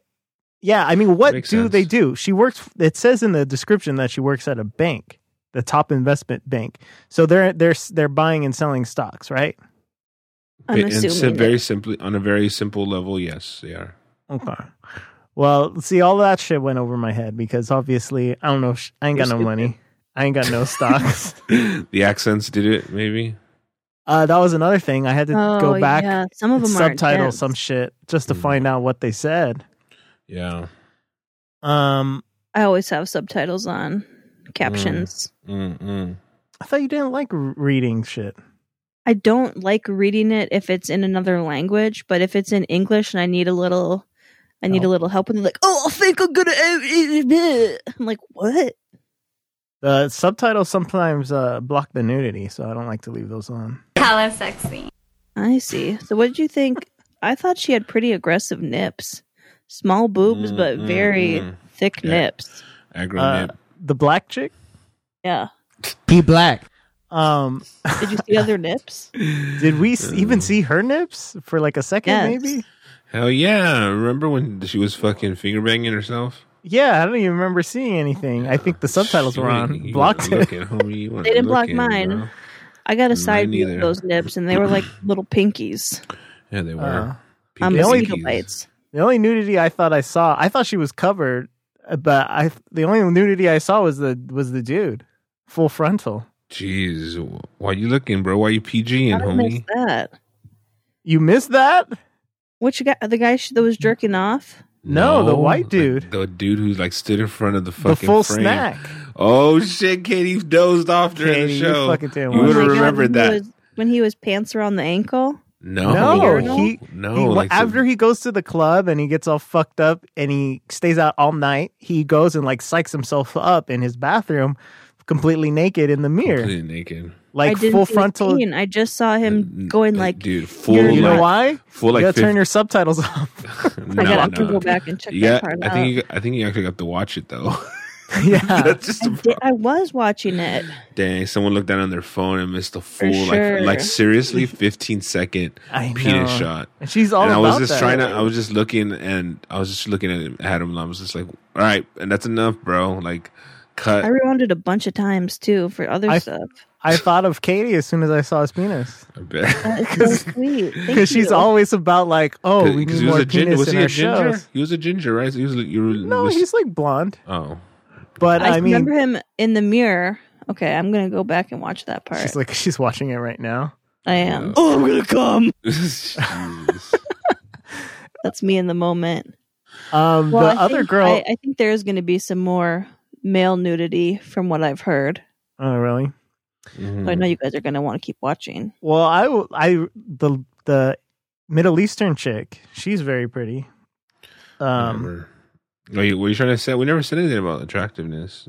[SPEAKER 3] yeah, I mean, what do
[SPEAKER 1] Makes
[SPEAKER 3] they
[SPEAKER 1] sense.
[SPEAKER 3] do? She works. It says in the description that she works at a bank, the top investment bank. So they're they're they're buying and selling stocks, right?
[SPEAKER 2] I'm
[SPEAKER 1] And
[SPEAKER 2] assuming.
[SPEAKER 1] so
[SPEAKER 2] that-
[SPEAKER 1] very simply on a very simple level, yes, they are.
[SPEAKER 3] Okay. Well, see, all that shit went over my head because obviously I don't know. sh- I ain't got no money. I ain't got no stocks.
[SPEAKER 1] the accents did it, maybe.
[SPEAKER 3] Uh, that was another thing. I had to
[SPEAKER 2] oh,
[SPEAKER 3] go back
[SPEAKER 2] Yeah. Some of
[SPEAKER 3] and
[SPEAKER 2] them
[SPEAKER 3] subtitle
[SPEAKER 2] are
[SPEAKER 3] some shit just to
[SPEAKER 1] Mm.
[SPEAKER 3] find out what they said.
[SPEAKER 1] Yeah.
[SPEAKER 3] Um,
[SPEAKER 2] I always have subtitles on
[SPEAKER 3] Mm.
[SPEAKER 2] captions.
[SPEAKER 1] Mm-mm.
[SPEAKER 3] I thought you didn't like r- reading shit.
[SPEAKER 2] I don't like reading it if it's in another language, but if it's in English and I need a little, I need
[SPEAKER 3] Oh.
[SPEAKER 2] a little help, and they're like, "Oh, I think I'm gonna," I'm like, "What?"
[SPEAKER 3] The subtitles sometimes uh, block the nudity, so I don't like to leave those on.
[SPEAKER 6] Hella sexy.
[SPEAKER 2] I see. So, what did you think? I thought she had pretty aggressive nips, small boobs, but
[SPEAKER 1] Mm,
[SPEAKER 2] very
[SPEAKER 1] mm, mm.
[SPEAKER 2] thick
[SPEAKER 1] Yeah.
[SPEAKER 2] nips.
[SPEAKER 1] Aggro
[SPEAKER 3] Uh,
[SPEAKER 1] nip.
[SPEAKER 3] the black chick.
[SPEAKER 2] Yeah.
[SPEAKER 8] Be black.
[SPEAKER 3] Um,
[SPEAKER 2] Did you see other nips?
[SPEAKER 3] did we s- even see her nips for like a second?
[SPEAKER 2] Yes.
[SPEAKER 3] Maybe.
[SPEAKER 1] Hell yeah. Remember when she was fucking finger banging herself?
[SPEAKER 3] Yeah, I don't even remember seeing anything. I think the subtitles were
[SPEAKER 1] You-
[SPEAKER 3] on.
[SPEAKER 1] you
[SPEAKER 3] Blocked
[SPEAKER 1] weren't
[SPEAKER 3] it.
[SPEAKER 1] looking, homie. You weren't
[SPEAKER 2] They didn't block
[SPEAKER 1] looking,
[SPEAKER 2] mine.
[SPEAKER 1] bro.
[SPEAKER 2] I got a
[SPEAKER 1] Mine
[SPEAKER 2] side view
[SPEAKER 1] neither.
[SPEAKER 2] of those nips, and they were like little pinkies
[SPEAKER 1] Yeah, they were.
[SPEAKER 3] Uh,
[SPEAKER 2] on
[SPEAKER 1] Pinky
[SPEAKER 3] the only-
[SPEAKER 2] mosquito
[SPEAKER 1] pinkies.
[SPEAKER 2] bites.
[SPEAKER 3] The only nudity I thought I saw, I thought she was covered, uh, but I the only nudity I saw was the was the dude, full frontal.
[SPEAKER 1] Jeez. Why you looking, bro? Why you PGing,
[SPEAKER 2] How did I miss
[SPEAKER 1] homie?
[SPEAKER 2] that?
[SPEAKER 3] You missed that?
[SPEAKER 2] Which guy? The guy sh- that was jerking off?
[SPEAKER 3] No, the white
[SPEAKER 1] like,
[SPEAKER 3] dude.
[SPEAKER 1] the dude who's like stood in front of the fucking
[SPEAKER 3] The full
[SPEAKER 1] frame.
[SPEAKER 3] snack.
[SPEAKER 1] Oh shit, Katie dozed off during
[SPEAKER 3] Katie,
[SPEAKER 1] the
[SPEAKER 3] you
[SPEAKER 1] show.
[SPEAKER 3] fucking didn't
[SPEAKER 1] You
[SPEAKER 3] watch
[SPEAKER 1] would
[SPEAKER 2] Oh my
[SPEAKER 1] have
[SPEAKER 2] God,
[SPEAKER 1] remembered
[SPEAKER 2] when
[SPEAKER 1] that.
[SPEAKER 2] he was, when he was pants around the ankle.
[SPEAKER 1] no,
[SPEAKER 3] No, he-
[SPEAKER 1] Oh, no.
[SPEAKER 3] He-
[SPEAKER 1] like
[SPEAKER 3] after he goes to the club and he gets all fucked up and he stays out all night, he goes and like psychs himself up in his bathroom, completely naked in the mirror,
[SPEAKER 1] completely naked.
[SPEAKER 2] I
[SPEAKER 3] like
[SPEAKER 2] didn't
[SPEAKER 3] full
[SPEAKER 2] see his
[SPEAKER 3] frontal.
[SPEAKER 2] peen. I just saw him going like.
[SPEAKER 1] dude, full.
[SPEAKER 2] you're
[SPEAKER 1] like,
[SPEAKER 3] You know
[SPEAKER 2] not-
[SPEAKER 3] why?
[SPEAKER 1] Full like
[SPEAKER 3] you gotta turn
[SPEAKER 1] 50
[SPEAKER 3] your subtitles off.
[SPEAKER 1] no,
[SPEAKER 2] I gotta
[SPEAKER 1] no.
[SPEAKER 2] go back and check
[SPEAKER 1] You got-
[SPEAKER 2] that part
[SPEAKER 1] I
[SPEAKER 2] out. Uh,
[SPEAKER 1] think you, I think you actually got to watch it though.
[SPEAKER 3] yeah.
[SPEAKER 1] That's just
[SPEAKER 2] I, did, I was watching it.
[SPEAKER 1] dang. Someone looked down on their phone and missed a
[SPEAKER 2] For
[SPEAKER 1] full
[SPEAKER 2] sure.
[SPEAKER 1] like like seriously 15 second
[SPEAKER 3] I know.
[SPEAKER 1] penis shot.
[SPEAKER 3] And she's all
[SPEAKER 1] and I
[SPEAKER 3] about
[SPEAKER 1] was just
[SPEAKER 3] that.
[SPEAKER 1] trying to. I was just looking, and I was just looking at Adam. And I was just like, "All right, and that's enough, bro." Like, cut.
[SPEAKER 2] I rewound it a bunch of times too for other
[SPEAKER 3] I-
[SPEAKER 2] stuff.
[SPEAKER 3] I thought of Katie as soon as I saw his penis
[SPEAKER 1] I bet.
[SPEAKER 2] It's so sweet. Thank
[SPEAKER 3] because she's
[SPEAKER 2] you.
[SPEAKER 3] always about like, oh, we
[SPEAKER 1] Because
[SPEAKER 3] need more
[SPEAKER 1] gin-
[SPEAKER 3] penis
[SPEAKER 1] was
[SPEAKER 3] in
[SPEAKER 1] he a
[SPEAKER 3] our
[SPEAKER 1] ginger?
[SPEAKER 3] shows.
[SPEAKER 1] He was a ginger, right? He was. You were,
[SPEAKER 3] No,
[SPEAKER 1] was-
[SPEAKER 3] he's like blonde,
[SPEAKER 1] Oh,
[SPEAKER 3] but
[SPEAKER 2] I,
[SPEAKER 3] I, mean,
[SPEAKER 2] remember him in the mirror. Okay, I'm gonna go back and watch that part.
[SPEAKER 3] she's like she's watching it right now.
[SPEAKER 2] I am.
[SPEAKER 1] Oh,
[SPEAKER 2] I'm gonna come.
[SPEAKER 1] Jesus.
[SPEAKER 2] That's me in the moment.
[SPEAKER 3] Um,
[SPEAKER 2] Well,
[SPEAKER 3] the
[SPEAKER 2] I
[SPEAKER 3] other
[SPEAKER 2] think-
[SPEAKER 3] girl.
[SPEAKER 2] I, I think there's gonna be some more male nudity from what I've heard.
[SPEAKER 3] oh, really?
[SPEAKER 2] So
[SPEAKER 1] Mm.
[SPEAKER 2] I know you guys are gonna want to keep watching.
[SPEAKER 3] Well, I, w- I- the the Middle Eastern chick. She's very pretty. Um,
[SPEAKER 1] Whatever. Are you, were you trying to say? We never said anything about attractiveness.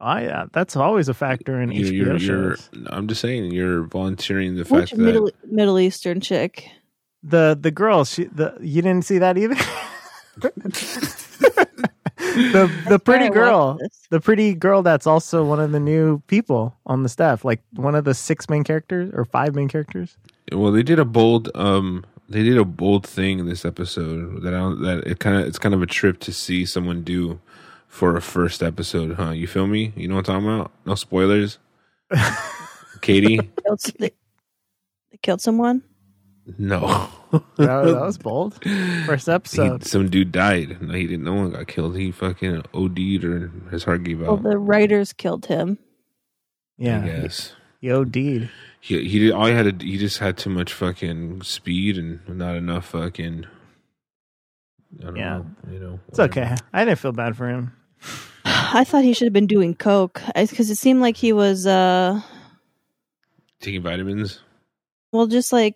[SPEAKER 3] I uh, that's always a factor in
[SPEAKER 1] You're,
[SPEAKER 3] HBO
[SPEAKER 1] you're, you're-
[SPEAKER 3] shows.
[SPEAKER 1] I'm just saying, you're volunteering the fact
[SPEAKER 2] Which
[SPEAKER 1] that
[SPEAKER 2] Middle Middle Eastern chick?
[SPEAKER 3] The the girl. She the you didn't see that either. the the pretty
[SPEAKER 2] I watched
[SPEAKER 3] girl.
[SPEAKER 2] this.
[SPEAKER 3] The pretty girl that's also one of the new people on the staff, like one of the six main characters or five main characters.
[SPEAKER 1] Well, they did a bold um they did a bold thing in this episode that I don't, that it kind of it's kind of a trip to see someone do for a first episode, huh? You feel me? You know what I'm talking about? No spoilers. Katie?
[SPEAKER 2] Killed, s- they, they killed someone.
[SPEAKER 1] No.
[SPEAKER 3] That, that was bold. First
[SPEAKER 1] He,
[SPEAKER 3] episode.
[SPEAKER 1] some dude died. No, he didn't. No one got killed. He fucking OD'd or his heart gave
[SPEAKER 2] Well,
[SPEAKER 1] out.
[SPEAKER 2] the writers killed him.
[SPEAKER 1] I
[SPEAKER 3] Yeah.
[SPEAKER 1] guess.
[SPEAKER 3] Yo, deed.
[SPEAKER 1] He he did all he had to, he just had too much fucking speed and not enough fucking. I don't
[SPEAKER 3] Yeah.
[SPEAKER 1] know. You know.
[SPEAKER 3] It's okay. I didn't feel bad for him.
[SPEAKER 2] I thought he should have been doing coke because it seemed like he was. uh
[SPEAKER 1] Taking vitamins.
[SPEAKER 2] Well, just like,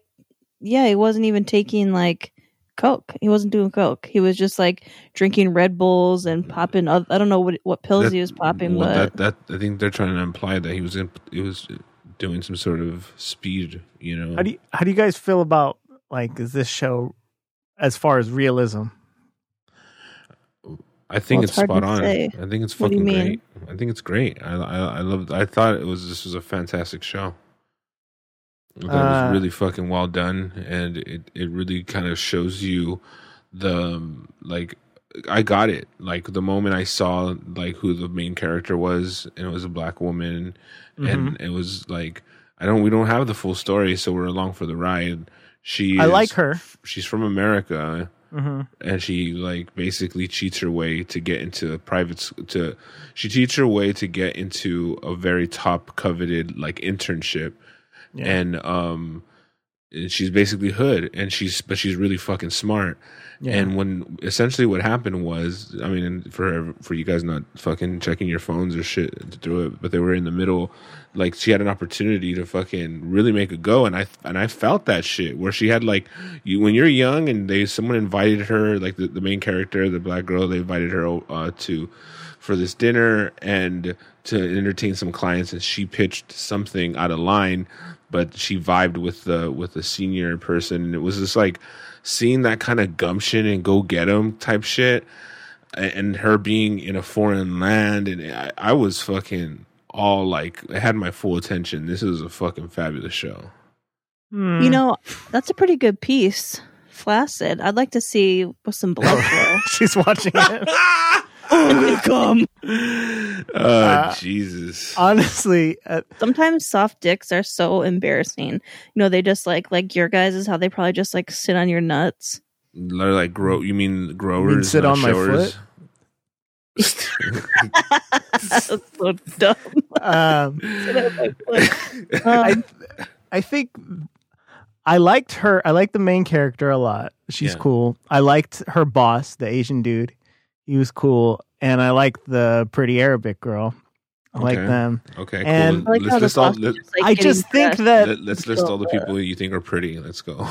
[SPEAKER 2] yeah, he wasn't even taking like coke. He wasn't doing coke. He was just like drinking Red Bulls and popping. Oth- I don't know what what pills
[SPEAKER 1] That-
[SPEAKER 2] he was popping,
[SPEAKER 1] well,
[SPEAKER 2] but
[SPEAKER 1] that that I think they're trying to imply that he was in, he was doing some sort of speed, you know.
[SPEAKER 3] How do you, how do you guys feel about like is this show as far as realism?
[SPEAKER 1] I think
[SPEAKER 2] Well,
[SPEAKER 1] it's,
[SPEAKER 2] it's hard
[SPEAKER 1] spot
[SPEAKER 2] to
[SPEAKER 1] on.
[SPEAKER 2] say.
[SPEAKER 1] I think it's
[SPEAKER 2] What do you
[SPEAKER 1] fucking
[SPEAKER 2] mean?
[SPEAKER 1] great. I think it's great. I I I loved I thought it was this was a fantastic show. I thought it was
[SPEAKER 3] Uh,
[SPEAKER 1] really fucking well done and it it really kind of shows you the um, like I got it. Like the moment I saw like who the main character was and it was a black woman and
[SPEAKER 3] Mm-hmm.
[SPEAKER 1] it was like I don't we don't have the full story so we're along for the ride. She
[SPEAKER 3] I
[SPEAKER 1] is-
[SPEAKER 3] like her.
[SPEAKER 1] She's from America
[SPEAKER 3] Mm-hmm.
[SPEAKER 1] and she like basically cheats her way to get into a private s- to she cheats her way to get into a very top coveted like internship
[SPEAKER 3] Yeah.
[SPEAKER 1] and um and she's basically hood and she's but she's really fucking smart
[SPEAKER 3] Yeah.
[SPEAKER 1] and when essentially what happened was i mean and for for you guys not fucking checking your phones or shit to do it but they were in the middle like she had an opportunity to fucking really make a go and i and i felt that shit where she had like you when you're young and they someone invited her like the, the main character the black girl they invited her uh, to for this dinner and to entertain some clients and she pitched something out of line but she vibed with the with the senior person and it was just like seeing that kind of gumption and go get 'em type shit a- and her being in a foreign land and I, I was fucking all like I had my full attention this is a fucking fabulous show
[SPEAKER 2] you
[SPEAKER 1] Mm.
[SPEAKER 2] know that's a pretty good piece. Flaccid. I'd like to see with some blood flow.
[SPEAKER 3] she's watching it.
[SPEAKER 1] oh jesus
[SPEAKER 3] Honestly, uh,
[SPEAKER 2] Sometimes soft dicks are so embarrassing. You know, they just like like your guys is how they probably just like sit on your nuts.
[SPEAKER 1] They're like grow you mean growers
[SPEAKER 3] sit
[SPEAKER 1] not
[SPEAKER 3] on my
[SPEAKER 1] showers?
[SPEAKER 2] That's so dumb.
[SPEAKER 3] um,
[SPEAKER 2] Um,
[SPEAKER 3] I think I liked her. I liked the main character a lot. She's
[SPEAKER 1] Yeah.
[SPEAKER 3] cool. I liked her boss, the Asian dude. He was cool, and I liked the pretty Arabic girl. I like
[SPEAKER 1] Okay.
[SPEAKER 3] them.
[SPEAKER 1] okay
[SPEAKER 3] And-
[SPEAKER 2] I
[SPEAKER 1] cool
[SPEAKER 2] like how
[SPEAKER 1] let's
[SPEAKER 2] the
[SPEAKER 1] list all
[SPEAKER 2] sausage
[SPEAKER 1] let,
[SPEAKER 2] is, like,
[SPEAKER 3] I
[SPEAKER 2] getting
[SPEAKER 3] just think
[SPEAKER 2] pressed.
[SPEAKER 3] that.
[SPEAKER 1] let, us list all the people you think are pretty let's go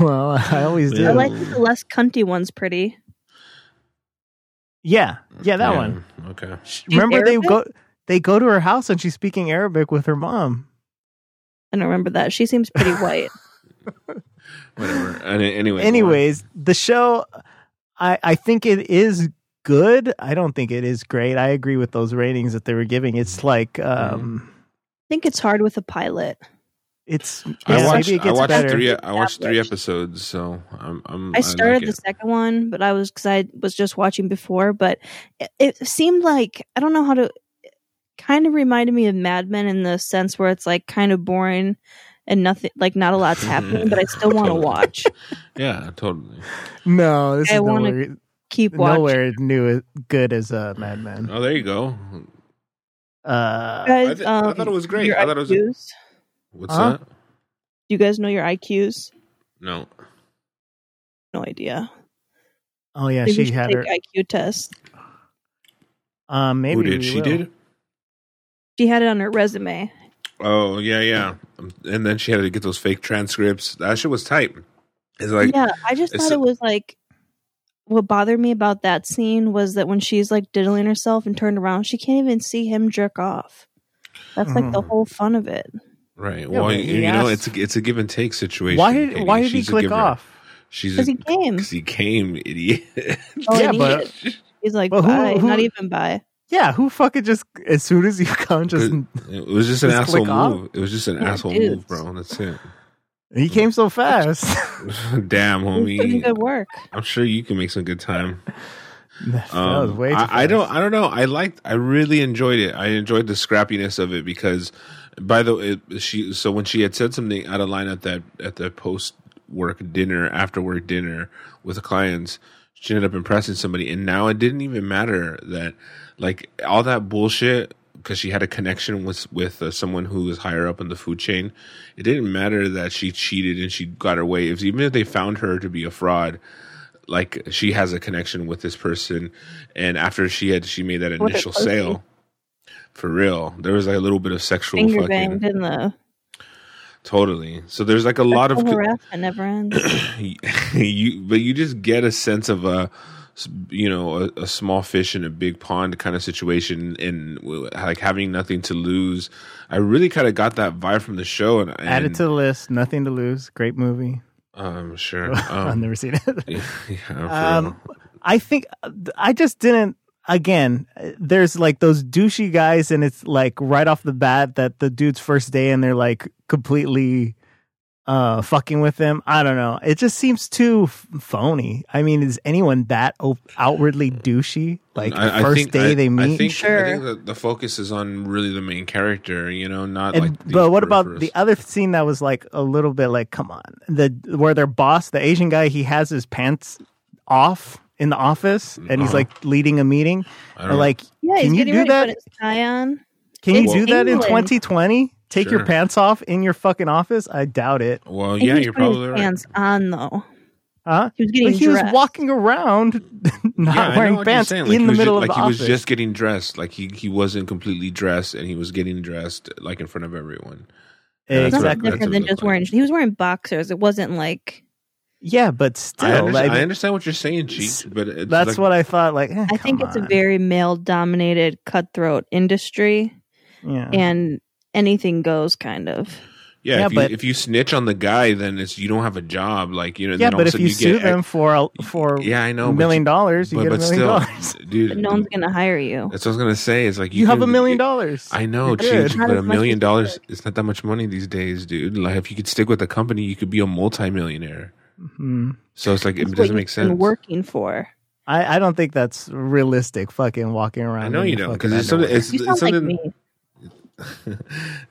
[SPEAKER 3] well, I always do.
[SPEAKER 1] Yeah.
[SPEAKER 2] I like that the less cunty one's pretty.
[SPEAKER 3] yeah, yeah, that
[SPEAKER 1] Yeah,
[SPEAKER 3] one.
[SPEAKER 1] okay
[SPEAKER 3] Sh- Remember
[SPEAKER 2] Arabic?
[SPEAKER 3] they go they go to her house and she's speaking Arabic with her mom.
[SPEAKER 2] I don't remember that. She seems pretty white.
[SPEAKER 1] whatever Any- anyway go on.
[SPEAKER 3] Anyways, the show, I I think it is good. I don't think it is great. I agree with those ratings that they were giving. It's like
[SPEAKER 1] Mm-hmm.
[SPEAKER 3] um
[SPEAKER 2] think it's hard with a pilot.
[SPEAKER 3] it's
[SPEAKER 1] I
[SPEAKER 3] yeah,
[SPEAKER 1] watched.
[SPEAKER 3] maybe it
[SPEAKER 1] I
[SPEAKER 3] gets
[SPEAKER 1] watched
[SPEAKER 3] better.
[SPEAKER 1] three. I watched three episodes, so I'm. I'm
[SPEAKER 2] I
[SPEAKER 1] like
[SPEAKER 2] started the
[SPEAKER 1] it.
[SPEAKER 2] second one, but I was because I was just watching before, but it, it seemed like I don't know how to. Kind of reminded me of Mad Men in the sense where it's like kind of boring and nothing, like not a lot's happening, but I still want to watch.
[SPEAKER 1] Yeah, totally.
[SPEAKER 3] No, this
[SPEAKER 2] I
[SPEAKER 3] is
[SPEAKER 2] wanna
[SPEAKER 3] nowhere,
[SPEAKER 2] Keep watching.
[SPEAKER 3] nowhere new good as uh, Mad Men.
[SPEAKER 1] Oh, there you go.
[SPEAKER 3] Uh,
[SPEAKER 2] Guys, um,
[SPEAKER 1] I thi- I thought it was great.
[SPEAKER 2] your
[SPEAKER 1] I thought it was-
[SPEAKER 2] IQs?
[SPEAKER 1] What's
[SPEAKER 3] Huh?
[SPEAKER 1] that?
[SPEAKER 2] Do you guys know your IQs?
[SPEAKER 1] No.
[SPEAKER 2] No idea.
[SPEAKER 3] oh yeah,
[SPEAKER 2] Maybe we
[SPEAKER 3] she
[SPEAKER 2] should
[SPEAKER 3] had
[SPEAKER 2] take
[SPEAKER 3] her.
[SPEAKER 2] IQ test.
[SPEAKER 3] Uh, maybe
[SPEAKER 1] Who did
[SPEAKER 3] we
[SPEAKER 1] she
[SPEAKER 3] will.
[SPEAKER 1] did?
[SPEAKER 2] She had it on her resume.
[SPEAKER 1] Oh yeah, yeah. And then she had to get those fake transcripts. That shit was tight. It's like
[SPEAKER 2] yeah, I just
[SPEAKER 1] it's
[SPEAKER 2] thought
[SPEAKER 1] a-
[SPEAKER 2] it was like what bothered me about that scene was that when she's like diddling herself and turned around, she can't even see him jerk off. That's like the
[SPEAKER 3] Mm.
[SPEAKER 2] whole fun of it.
[SPEAKER 1] right. well,
[SPEAKER 3] but
[SPEAKER 1] you,
[SPEAKER 3] he
[SPEAKER 1] you know,
[SPEAKER 3] asked-
[SPEAKER 1] it's a, it's a give and take situation.
[SPEAKER 3] Why did
[SPEAKER 1] Katie.
[SPEAKER 3] Why did he
[SPEAKER 1] She's a
[SPEAKER 3] click
[SPEAKER 1] giver.
[SPEAKER 3] off?
[SPEAKER 1] She's
[SPEAKER 2] Because he came.
[SPEAKER 1] because he came, idiot.
[SPEAKER 2] Oh,
[SPEAKER 3] Yeah,
[SPEAKER 2] and he-
[SPEAKER 3] but-
[SPEAKER 2] he's like,
[SPEAKER 3] But who-
[SPEAKER 2] bye,
[SPEAKER 3] who-
[SPEAKER 2] not even bye.
[SPEAKER 3] Yeah, who fucking just as soon as you come, just
[SPEAKER 1] it was just an
[SPEAKER 3] Just
[SPEAKER 1] asshole
[SPEAKER 3] click off?
[SPEAKER 1] move. It was just an
[SPEAKER 2] Yeah,
[SPEAKER 1] asshole
[SPEAKER 2] dudes.
[SPEAKER 1] move, bro. That's it.
[SPEAKER 3] he came so fast.
[SPEAKER 1] Damn,
[SPEAKER 2] He's doing
[SPEAKER 1] homie.
[SPEAKER 2] good work.
[SPEAKER 1] I'm sure you can make some good time.
[SPEAKER 3] that
[SPEAKER 1] Um,
[SPEAKER 3] was way too
[SPEAKER 1] I, I
[SPEAKER 3] fast.
[SPEAKER 1] don't. I don't know. I liked. I really enjoyed it. I enjoyed the scrappiness of it because, by the way, it- she. So when she had said something out of line at that at the post work dinner, after work dinner with the clients, she ended up impressing somebody, and now it didn't even matter that, like all that bullshit. Because she had a connection with with uh, someone who was higher up in the food chain, it didn't matter that she cheated and she got her way. It was- even if they found her to be a fraud, like she has a connection with this person and after she had she made that
[SPEAKER 2] With a
[SPEAKER 1] initial
[SPEAKER 2] pussy.
[SPEAKER 1] sale for real there was like a little bit of sexual
[SPEAKER 2] Finger
[SPEAKER 1] fucking
[SPEAKER 2] banged in the
[SPEAKER 1] totally so there's like a lot of
[SPEAKER 2] sexual harassment never ends.
[SPEAKER 1] you but you just get a sense of a you know a, a small fish in a big pond kind of situation and like having nothing to lose i really kind of got that vibe from the show and, and
[SPEAKER 3] Add it to the list. Nothing to lose. Great movie.
[SPEAKER 1] um sure
[SPEAKER 3] I've
[SPEAKER 1] um,
[SPEAKER 3] never seen it.
[SPEAKER 1] yeah, for
[SPEAKER 3] Um,
[SPEAKER 1] real.
[SPEAKER 3] I think uh, I just didn't. Again, uh, there's like those douchey guys, and it's like right off the bat that the dude's first day, and they're like completely uh fucking with him. I don't know. It just seems too f- phony. I mean, is anyone that o- outwardly douchey? Like
[SPEAKER 1] I- I
[SPEAKER 3] first
[SPEAKER 1] think-
[SPEAKER 3] day
[SPEAKER 1] I-
[SPEAKER 3] they meet.
[SPEAKER 1] I think,
[SPEAKER 2] Sure.
[SPEAKER 1] I think that the focus is on really the main character, you know, not
[SPEAKER 3] and
[SPEAKER 1] like. these
[SPEAKER 3] but what about
[SPEAKER 1] peripherals.
[SPEAKER 3] the other scene that was like a little bit like come on the where their boss the asian guy he has his pants off in the office and he's
[SPEAKER 1] Uh-huh.
[SPEAKER 3] like leading a meeting
[SPEAKER 1] I
[SPEAKER 3] Or,
[SPEAKER 1] don't-
[SPEAKER 3] like
[SPEAKER 2] Yeah,
[SPEAKER 3] can
[SPEAKER 2] he's
[SPEAKER 3] you
[SPEAKER 2] getting
[SPEAKER 3] do
[SPEAKER 2] ready to
[SPEAKER 3] that
[SPEAKER 2] put his tie on.
[SPEAKER 3] can you
[SPEAKER 2] It's
[SPEAKER 3] do that in
[SPEAKER 2] England.
[SPEAKER 3] 2020 take your
[SPEAKER 1] Sure.
[SPEAKER 3] pants off in your fucking office i doubt it
[SPEAKER 1] Well,
[SPEAKER 2] And
[SPEAKER 1] yeah,
[SPEAKER 2] he's
[SPEAKER 1] you're
[SPEAKER 2] putting
[SPEAKER 1] probably
[SPEAKER 2] his
[SPEAKER 1] right.
[SPEAKER 2] pants on though.
[SPEAKER 3] huh
[SPEAKER 2] He was getting
[SPEAKER 3] but he was
[SPEAKER 2] dressed.
[SPEAKER 3] walking around not
[SPEAKER 1] Yeah, I know
[SPEAKER 3] wearing
[SPEAKER 1] what you're
[SPEAKER 3] pants
[SPEAKER 1] saying. Like,
[SPEAKER 3] in
[SPEAKER 1] he
[SPEAKER 3] the
[SPEAKER 1] was ju-
[SPEAKER 3] middle of
[SPEAKER 1] like
[SPEAKER 3] the
[SPEAKER 1] he
[SPEAKER 3] office
[SPEAKER 1] was just getting dressed. Like he he wasn't completely dressed, and he was getting dressed like in front of everyone.
[SPEAKER 2] It's
[SPEAKER 1] That's what-
[SPEAKER 3] exactly
[SPEAKER 2] nothing
[SPEAKER 1] that's
[SPEAKER 2] different
[SPEAKER 1] what
[SPEAKER 2] than
[SPEAKER 1] it
[SPEAKER 2] just
[SPEAKER 1] looked
[SPEAKER 2] wearing. He was wearing boxers. It wasn't like
[SPEAKER 3] yeah but still
[SPEAKER 1] I, under-
[SPEAKER 3] like,
[SPEAKER 1] I understand what you're saying, Cheeks, but it's
[SPEAKER 3] that's
[SPEAKER 1] like,
[SPEAKER 3] what i thought like eh,
[SPEAKER 2] I think
[SPEAKER 3] come
[SPEAKER 2] it's a
[SPEAKER 3] on.
[SPEAKER 2] very male dominated cutthroat industry
[SPEAKER 3] yeah.
[SPEAKER 1] Uh-huh.
[SPEAKER 2] and anything goes kind of.
[SPEAKER 1] Yeah,
[SPEAKER 3] yeah,
[SPEAKER 1] if, you,
[SPEAKER 3] but-
[SPEAKER 1] if you snitch on the guy, then it's you don't have a job. Like you know.
[SPEAKER 3] yeah
[SPEAKER 1] then all of
[SPEAKER 3] but
[SPEAKER 1] a
[SPEAKER 3] if
[SPEAKER 1] sudden
[SPEAKER 3] you,
[SPEAKER 1] get
[SPEAKER 3] sue
[SPEAKER 1] ex-
[SPEAKER 3] them for a- for
[SPEAKER 1] yeah, I know,
[SPEAKER 3] a
[SPEAKER 1] but
[SPEAKER 3] million
[SPEAKER 1] you-
[SPEAKER 3] dollars, you
[SPEAKER 1] but,
[SPEAKER 3] get a
[SPEAKER 1] but
[SPEAKER 3] million dollars.
[SPEAKER 1] still, dude,
[SPEAKER 2] But no one's going to hire you.
[SPEAKER 1] that's what I was gonna say. Is like
[SPEAKER 3] You have a
[SPEAKER 1] can-
[SPEAKER 3] million dollars.
[SPEAKER 1] I know,
[SPEAKER 3] You're
[SPEAKER 1] Cheech,
[SPEAKER 3] good.
[SPEAKER 2] Not
[SPEAKER 1] but a
[SPEAKER 2] as much
[SPEAKER 1] million
[SPEAKER 2] as
[SPEAKER 1] dollars it's not that much money these days, dude. Like if you could stick with a company, you could be a multimillionaire.
[SPEAKER 3] Hmm.
[SPEAKER 1] So it's like
[SPEAKER 2] That's
[SPEAKER 1] it
[SPEAKER 2] what
[SPEAKER 1] doesn't
[SPEAKER 2] you've
[SPEAKER 1] make sense.
[SPEAKER 2] Been working for.
[SPEAKER 3] I, I don't think that's realistic. Fucking walking around.
[SPEAKER 1] I know
[SPEAKER 3] in
[SPEAKER 1] you
[SPEAKER 3] your
[SPEAKER 1] don't
[SPEAKER 3] fucking
[SPEAKER 1] because it's something.
[SPEAKER 3] underwear.
[SPEAKER 1] It's,
[SPEAKER 2] You
[SPEAKER 1] it's
[SPEAKER 2] sound like
[SPEAKER 1] something.
[SPEAKER 2] me.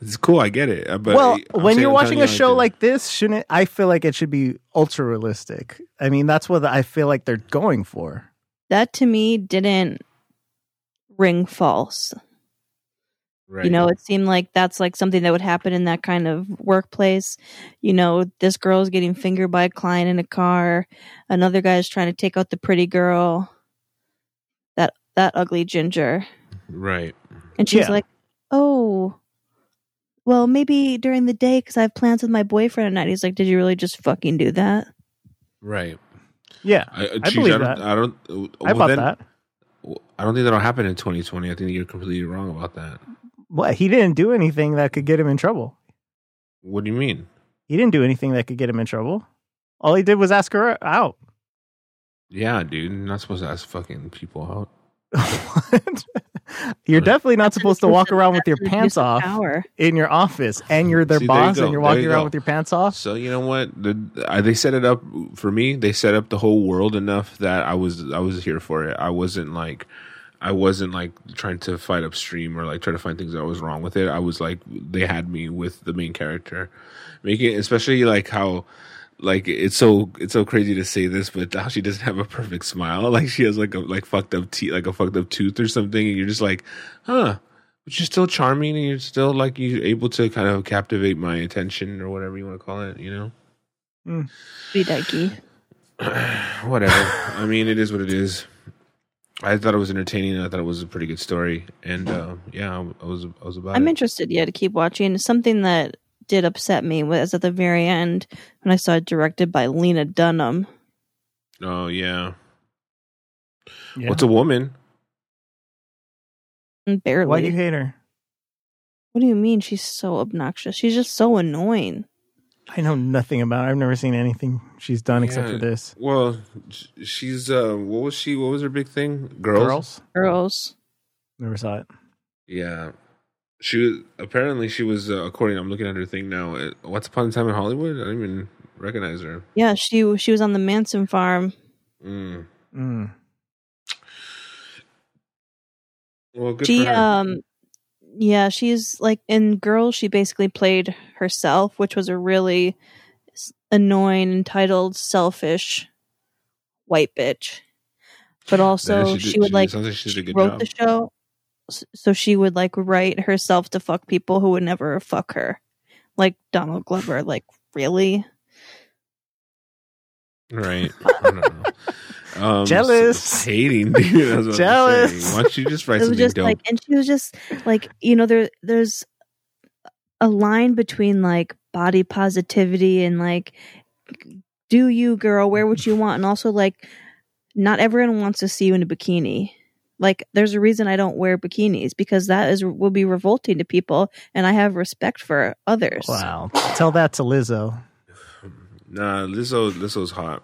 [SPEAKER 1] it's cool. I get it. uh, But
[SPEAKER 3] well,
[SPEAKER 1] I'm saying-
[SPEAKER 3] when you're
[SPEAKER 1] I'm
[SPEAKER 3] watching
[SPEAKER 1] telling
[SPEAKER 3] a
[SPEAKER 1] you,
[SPEAKER 3] show
[SPEAKER 1] do.
[SPEAKER 3] like this, shouldn't it, I feel like it should be ultra realistic? I mean, that's what I feel like they're going for.
[SPEAKER 2] That to me didn't ring false.
[SPEAKER 1] right.
[SPEAKER 2] You know, it seemed like that's like something that would happen in that kind of workplace. You know, this girl's getting fingered by a client in a car. Another guy's trying to take out the pretty girl. That that ugly ginger.
[SPEAKER 1] right?
[SPEAKER 2] And she's
[SPEAKER 3] Yeah.
[SPEAKER 2] like, "Oh, well, maybe during the day because I have plans with my boyfriend at night." He's like, "Did you really just fucking do that?"
[SPEAKER 1] Right.
[SPEAKER 3] Yeah,
[SPEAKER 1] I, uh,
[SPEAKER 3] I
[SPEAKER 1] Cheech,
[SPEAKER 3] believe
[SPEAKER 1] I don't,
[SPEAKER 3] that.
[SPEAKER 1] I don't. uh,
[SPEAKER 3] I
[SPEAKER 1] well,
[SPEAKER 3] bought
[SPEAKER 1] then-
[SPEAKER 3] that.
[SPEAKER 1] well, I don't think that'll happen in 2020. I think you're completely wrong about that.
[SPEAKER 3] What he didn't do anything that could get him in trouble.
[SPEAKER 1] What do you mean?
[SPEAKER 3] He didn't do anything that could get him in trouble. All he did was ask her out.
[SPEAKER 1] Yeah, dude, you're not supposed to ask fucking people out.
[SPEAKER 3] What? You're definitely not supposed to walk around with your
[SPEAKER 2] Abuse
[SPEAKER 3] pants
[SPEAKER 2] of
[SPEAKER 3] off
[SPEAKER 2] Power.
[SPEAKER 3] in your office, and you're their
[SPEAKER 1] See, there you
[SPEAKER 3] boss,
[SPEAKER 1] go.
[SPEAKER 3] and you're walking
[SPEAKER 1] There you
[SPEAKER 3] around
[SPEAKER 1] go.
[SPEAKER 3] with your pants off.
[SPEAKER 1] So you know what? The, uh, they set it up for me. They set up the whole world enough that I was I was here for it. I wasn't like I wasn't like trying to fight upstream or like try to find things that was wrong with it. I was like they had me with the main character, making especially like how like it's so it's so crazy to say this, but how she doesn't have a perfect smile. Like she has like a like fucked up teeth, like a fucked up tooth or something, and you're just like, huh. But you're still charming, and you're still like you're able to kind of captivate my attention or whatever you want to call it. You know,
[SPEAKER 2] Be dykey.
[SPEAKER 1] whatever. I mean, it is what it is. I thought it was entertaining. I thought it was a pretty good story, and uh, yeah, I was I was about.
[SPEAKER 2] I'm
[SPEAKER 1] it.
[SPEAKER 2] interested, yeah, to keep watching. Something that did upset me was at the very end when I saw it directed by Lena Dunham.
[SPEAKER 1] oh yeah.
[SPEAKER 3] Yeah.
[SPEAKER 1] what's a woman?
[SPEAKER 2] Barely.
[SPEAKER 3] Why do you hate her?
[SPEAKER 2] what do you mean? She's so obnoxious. She's just so annoying.
[SPEAKER 3] I know nothing about. her. I've never seen anything she's done except
[SPEAKER 1] Yeah.
[SPEAKER 3] for this.
[SPEAKER 1] Well, sh- she's uh, what was she? What was her big thing? Girls.
[SPEAKER 3] Girls,
[SPEAKER 2] Girls.
[SPEAKER 3] never saw it.
[SPEAKER 1] Yeah, she was, apparently she was uh, according. I'm looking at her thing now. uh, Once upon a time in Hollywood. I don't even recognize her.
[SPEAKER 2] Yeah, she she was on the Manson farm.
[SPEAKER 1] Mm.
[SPEAKER 3] Mm.
[SPEAKER 1] Well, good
[SPEAKER 2] she
[SPEAKER 1] for her.
[SPEAKER 2] um yeah, she's like in Girls she basically played herself, which was a really s- annoying, entitled, selfish white bitch. But
[SPEAKER 1] Yeah,
[SPEAKER 2] also
[SPEAKER 1] did-
[SPEAKER 2] she would
[SPEAKER 1] did-
[SPEAKER 2] like
[SPEAKER 1] sounds like she did a good
[SPEAKER 2] wrote
[SPEAKER 1] job.
[SPEAKER 2] the show s- so she would like write herself to fuck people who would never fuck her like donald glover like really
[SPEAKER 1] Right. I don't know. Um,
[SPEAKER 3] Jealous.
[SPEAKER 1] so- hating, dude. That's what
[SPEAKER 3] Jealous.
[SPEAKER 1] I'm saying. Why don't you just write
[SPEAKER 2] it was
[SPEAKER 1] something
[SPEAKER 2] just
[SPEAKER 1] dope?
[SPEAKER 2] like and she was just like you know there there's a line between like body positivity and like do you girl wear what you want and also like not everyone wants to see you in a bikini like there's a reason i don't wear bikinis because that is will be revolting to people and i have respect for others
[SPEAKER 3] Wow. Tell that to Lizzo.
[SPEAKER 1] nah, Lizzo. Lizzo's hot.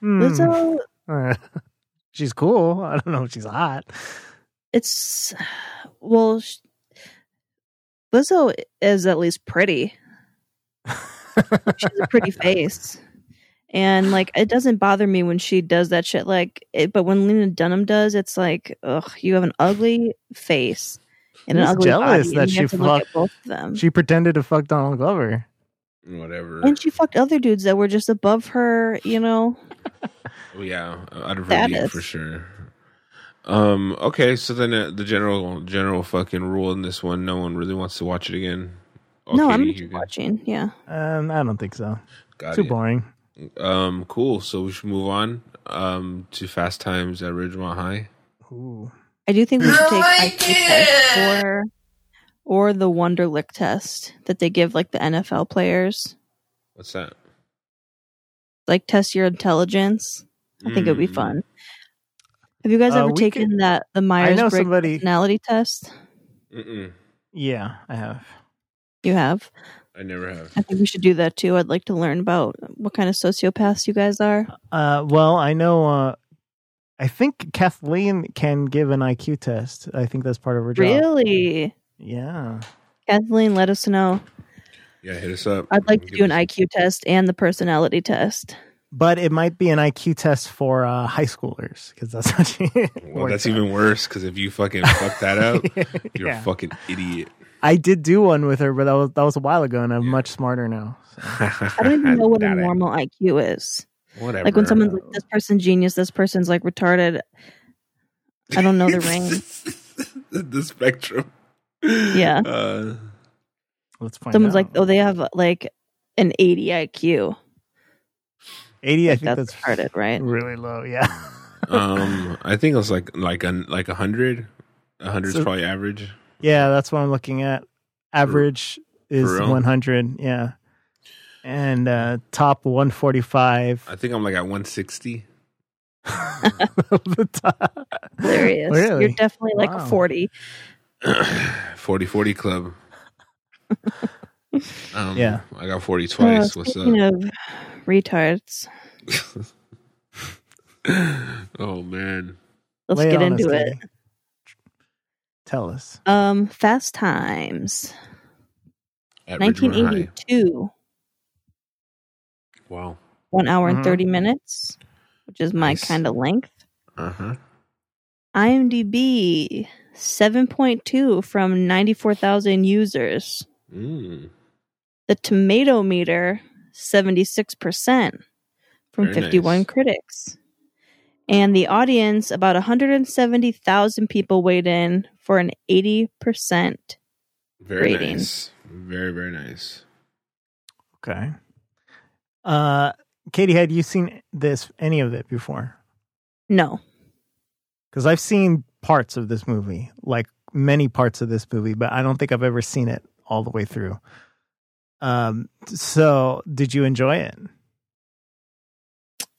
[SPEAKER 3] Hmm.
[SPEAKER 2] Lizzo,
[SPEAKER 3] she's cool. I don't know if she's hot.
[SPEAKER 2] it's well sh- lizzo is at least pretty she has a pretty face and like it doesn't bother me when she does that shit like it, but when lena dunham does it's like ugh you have an ugly face and an
[SPEAKER 3] Who's
[SPEAKER 2] ugly
[SPEAKER 3] jealous
[SPEAKER 2] body,
[SPEAKER 3] that
[SPEAKER 2] and you
[SPEAKER 3] she
[SPEAKER 2] have to look
[SPEAKER 3] fucked-
[SPEAKER 2] at both of them
[SPEAKER 3] She pretended to fuck Donald Glover.
[SPEAKER 1] Whatever.
[SPEAKER 2] and she fucked other dudes that were just above her you know
[SPEAKER 1] Oh, yeah, out of her
[SPEAKER 2] That
[SPEAKER 1] league
[SPEAKER 2] is.
[SPEAKER 1] for sure. Um. Okay. So then uh, the general general fucking rule in this one, no one really wants to watch it again. Oh,
[SPEAKER 2] no
[SPEAKER 1] Katie,
[SPEAKER 2] i'm
[SPEAKER 1] you're
[SPEAKER 2] into
[SPEAKER 1] good.
[SPEAKER 2] watching yeah
[SPEAKER 3] Um, I don't think so.
[SPEAKER 1] Got
[SPEAKER 3] Too
[SPEAKER 1] it.
[SPEAKER 3] boring.
[SPEAKER 1] Um. Cool. So we should move on. Um. To Fast Times at Ridgemont High.
[SPEAKER 3] Ooh.
[SPEAKER 2] I do think we should take IQ test or or the Wonderlick test that they give like the NFL players,
[SPEAKER 1] What's that?
[SPEAKER 2] like test your intelligence. I think it would be
[SPEAKER 1] Mm.
[SPEAKER 2] fun. Have you guys
[SPEAKER 3] Hmm. Uh,
[SPEAKER 2] ever
[SPEAKER 3] we
[SPEAKER 2] taken that the Myers
[SPEAKER 3] know
[SPEAKER 2] Briggs
[SPEAKER 3] somebody-
[SPEAKER 2] personality test?
[SPEAKER 1] Mm-mm.
[SPEAKER 3] Yeah, I have.
[SPEAKER 2] You have.
[SPEAKER 1] I never have.
[SPEAKER 2] I think we should do that too. I'd like to learn about what kind of sociopaths you guys are.
[SPEAKER 3] Uh, well, I know. Uh, I think Kathleen can give an IQ test. I think that's part of her job.
[SPEAKER 2] Really,
[SPEAKER 3] Yeah.
[SPEAKER 2] Kathleen, let us know.
[SPEAKER 1] Yeah. Hit us up.
[SPEAKER 2] I'd like to
[SPEAKER 1] Give
[SPEAKER 2] do an
[SPEAKER 1] us-
[SPEAKER 2] IQ test and the personality test.
[SPEAKER 3] But it might be an IQ test for uh, high schoolers because that's what she.
[SPEAKER 1] Well,
[SPEAKER 3] works
[SPEAKER 1] that's
[SPEAKER 3] on.
[SPEAKER 1] even worse because if you fucking fuck that up, you're
[SPEAKER 3] Yeah.
[SPEAKER 1] a fucking idiot.
[SPEAKER 3] I did do one with her, but that was that was a while ago, and I'm
[SPEAKER 1] Yeah.
[SPEAKER 3] much smarter now.
[SPEAKER 2] I don't even know what a
[SPEAKER 1] Got it.
[SPEAKER 2] normal IQ is.
[SPEAKER 1] Whatever.
[SPEAKER 2] like when someone's like this person's genius this person's like retarded i don't know the range
[SPEAKER 1] the spectrum.
[SPEAKER 2] Yeah.
[SPEAKER 1] Uh,
[SPEAKER 3] Let's find.
[SPEAKER 2] someone's like
[SPEAKER 3] out.
[SPEAKER 2] oh they have like an 80 iq
[SPEAKER 3] eighty. I think
[SPEAKER 2] that's
[SPEAKER 3] that's,
[SPEAKER 2] retarded right
[SPEAKER 3] really low. Yeah.
[SPEAKER 1] um, I think it was like like a like a hundred. A hundred's
[SPEAKER 3] So-
[SPEAKER 1] probably average.
[SPEAKER 3] Yeah, that's what I'm looking at. Average is
[SPEAKER 1] for real?
[SPEAKER 3] 100. Yeah. And uh, top 145.
[SPEAKER 1] I think I'm like at one sixty.
[SPEAKER 3] the top.
[SPEAKER 2] hilarious
[SPEAKER 3] Really?
[SPEAKER 2] you're definitely like
[SPEAKER 3] Wow.
[SPEAKER 2] 40
[SPEAKER 1] 40 40 club. Um,
[SPEAKER 3] Yeah.
[SPEAKER 1] I got forty twice.
[SPEAKER 2] Uh,
[SPEAKER 1] What's up?
[SPEAKER 2] speaking of retards
[SPEAKER 1] Oh man.
[SPEAKER 2] Let's
[SPEAKER 3] Lay
[SPEAKER 2] get
[SPEAKER 3] on us,
[SPEAKER 2] into it.
[SPEAKER 3] Danny. Tell us.
[SPEAKER 2] Um, Fast Times,
[SPEAKER 1] At Ridgemont High.
[SPEAKER 2] 1982,
[SPEAKER 1] Wow.
[SPEAKER 2] one hour
[SPEAKER 3] Mhm.
[SPEAKER 2] and 30 minutes, which is my
[SPEAKER 1] Nice.
[SPEAKER 2] kind of length.
[SPEAKER 1] Uh huh.
[SPEAKER 2] IMDb 7.2 from 94,000 users.
[SPEAKER 1] Mm.
[SPEAKER 2] The tomato meter 76% from
[SPEAKER 1] Very
[SPEAKER 2] 51
[SPEAKER 1] nice.
[SPEAKER 2] critics. And the audience about 170,000 people weighed in for an 80%.
[SPEAKER 1] Very
[SPEAKER 2] Rating.
[SPEAKER 1] nice. Very very nice.
[SPEAKER 3] Okay. Uh, Katie, had you seen this any of it before?
[SPEAKER 2] No.
[SPEAKER 3] Because I've seen parts of this movie, like many parts of this movie, but I don't think I've ever seen it all the way through. Um, so did you enjoy it?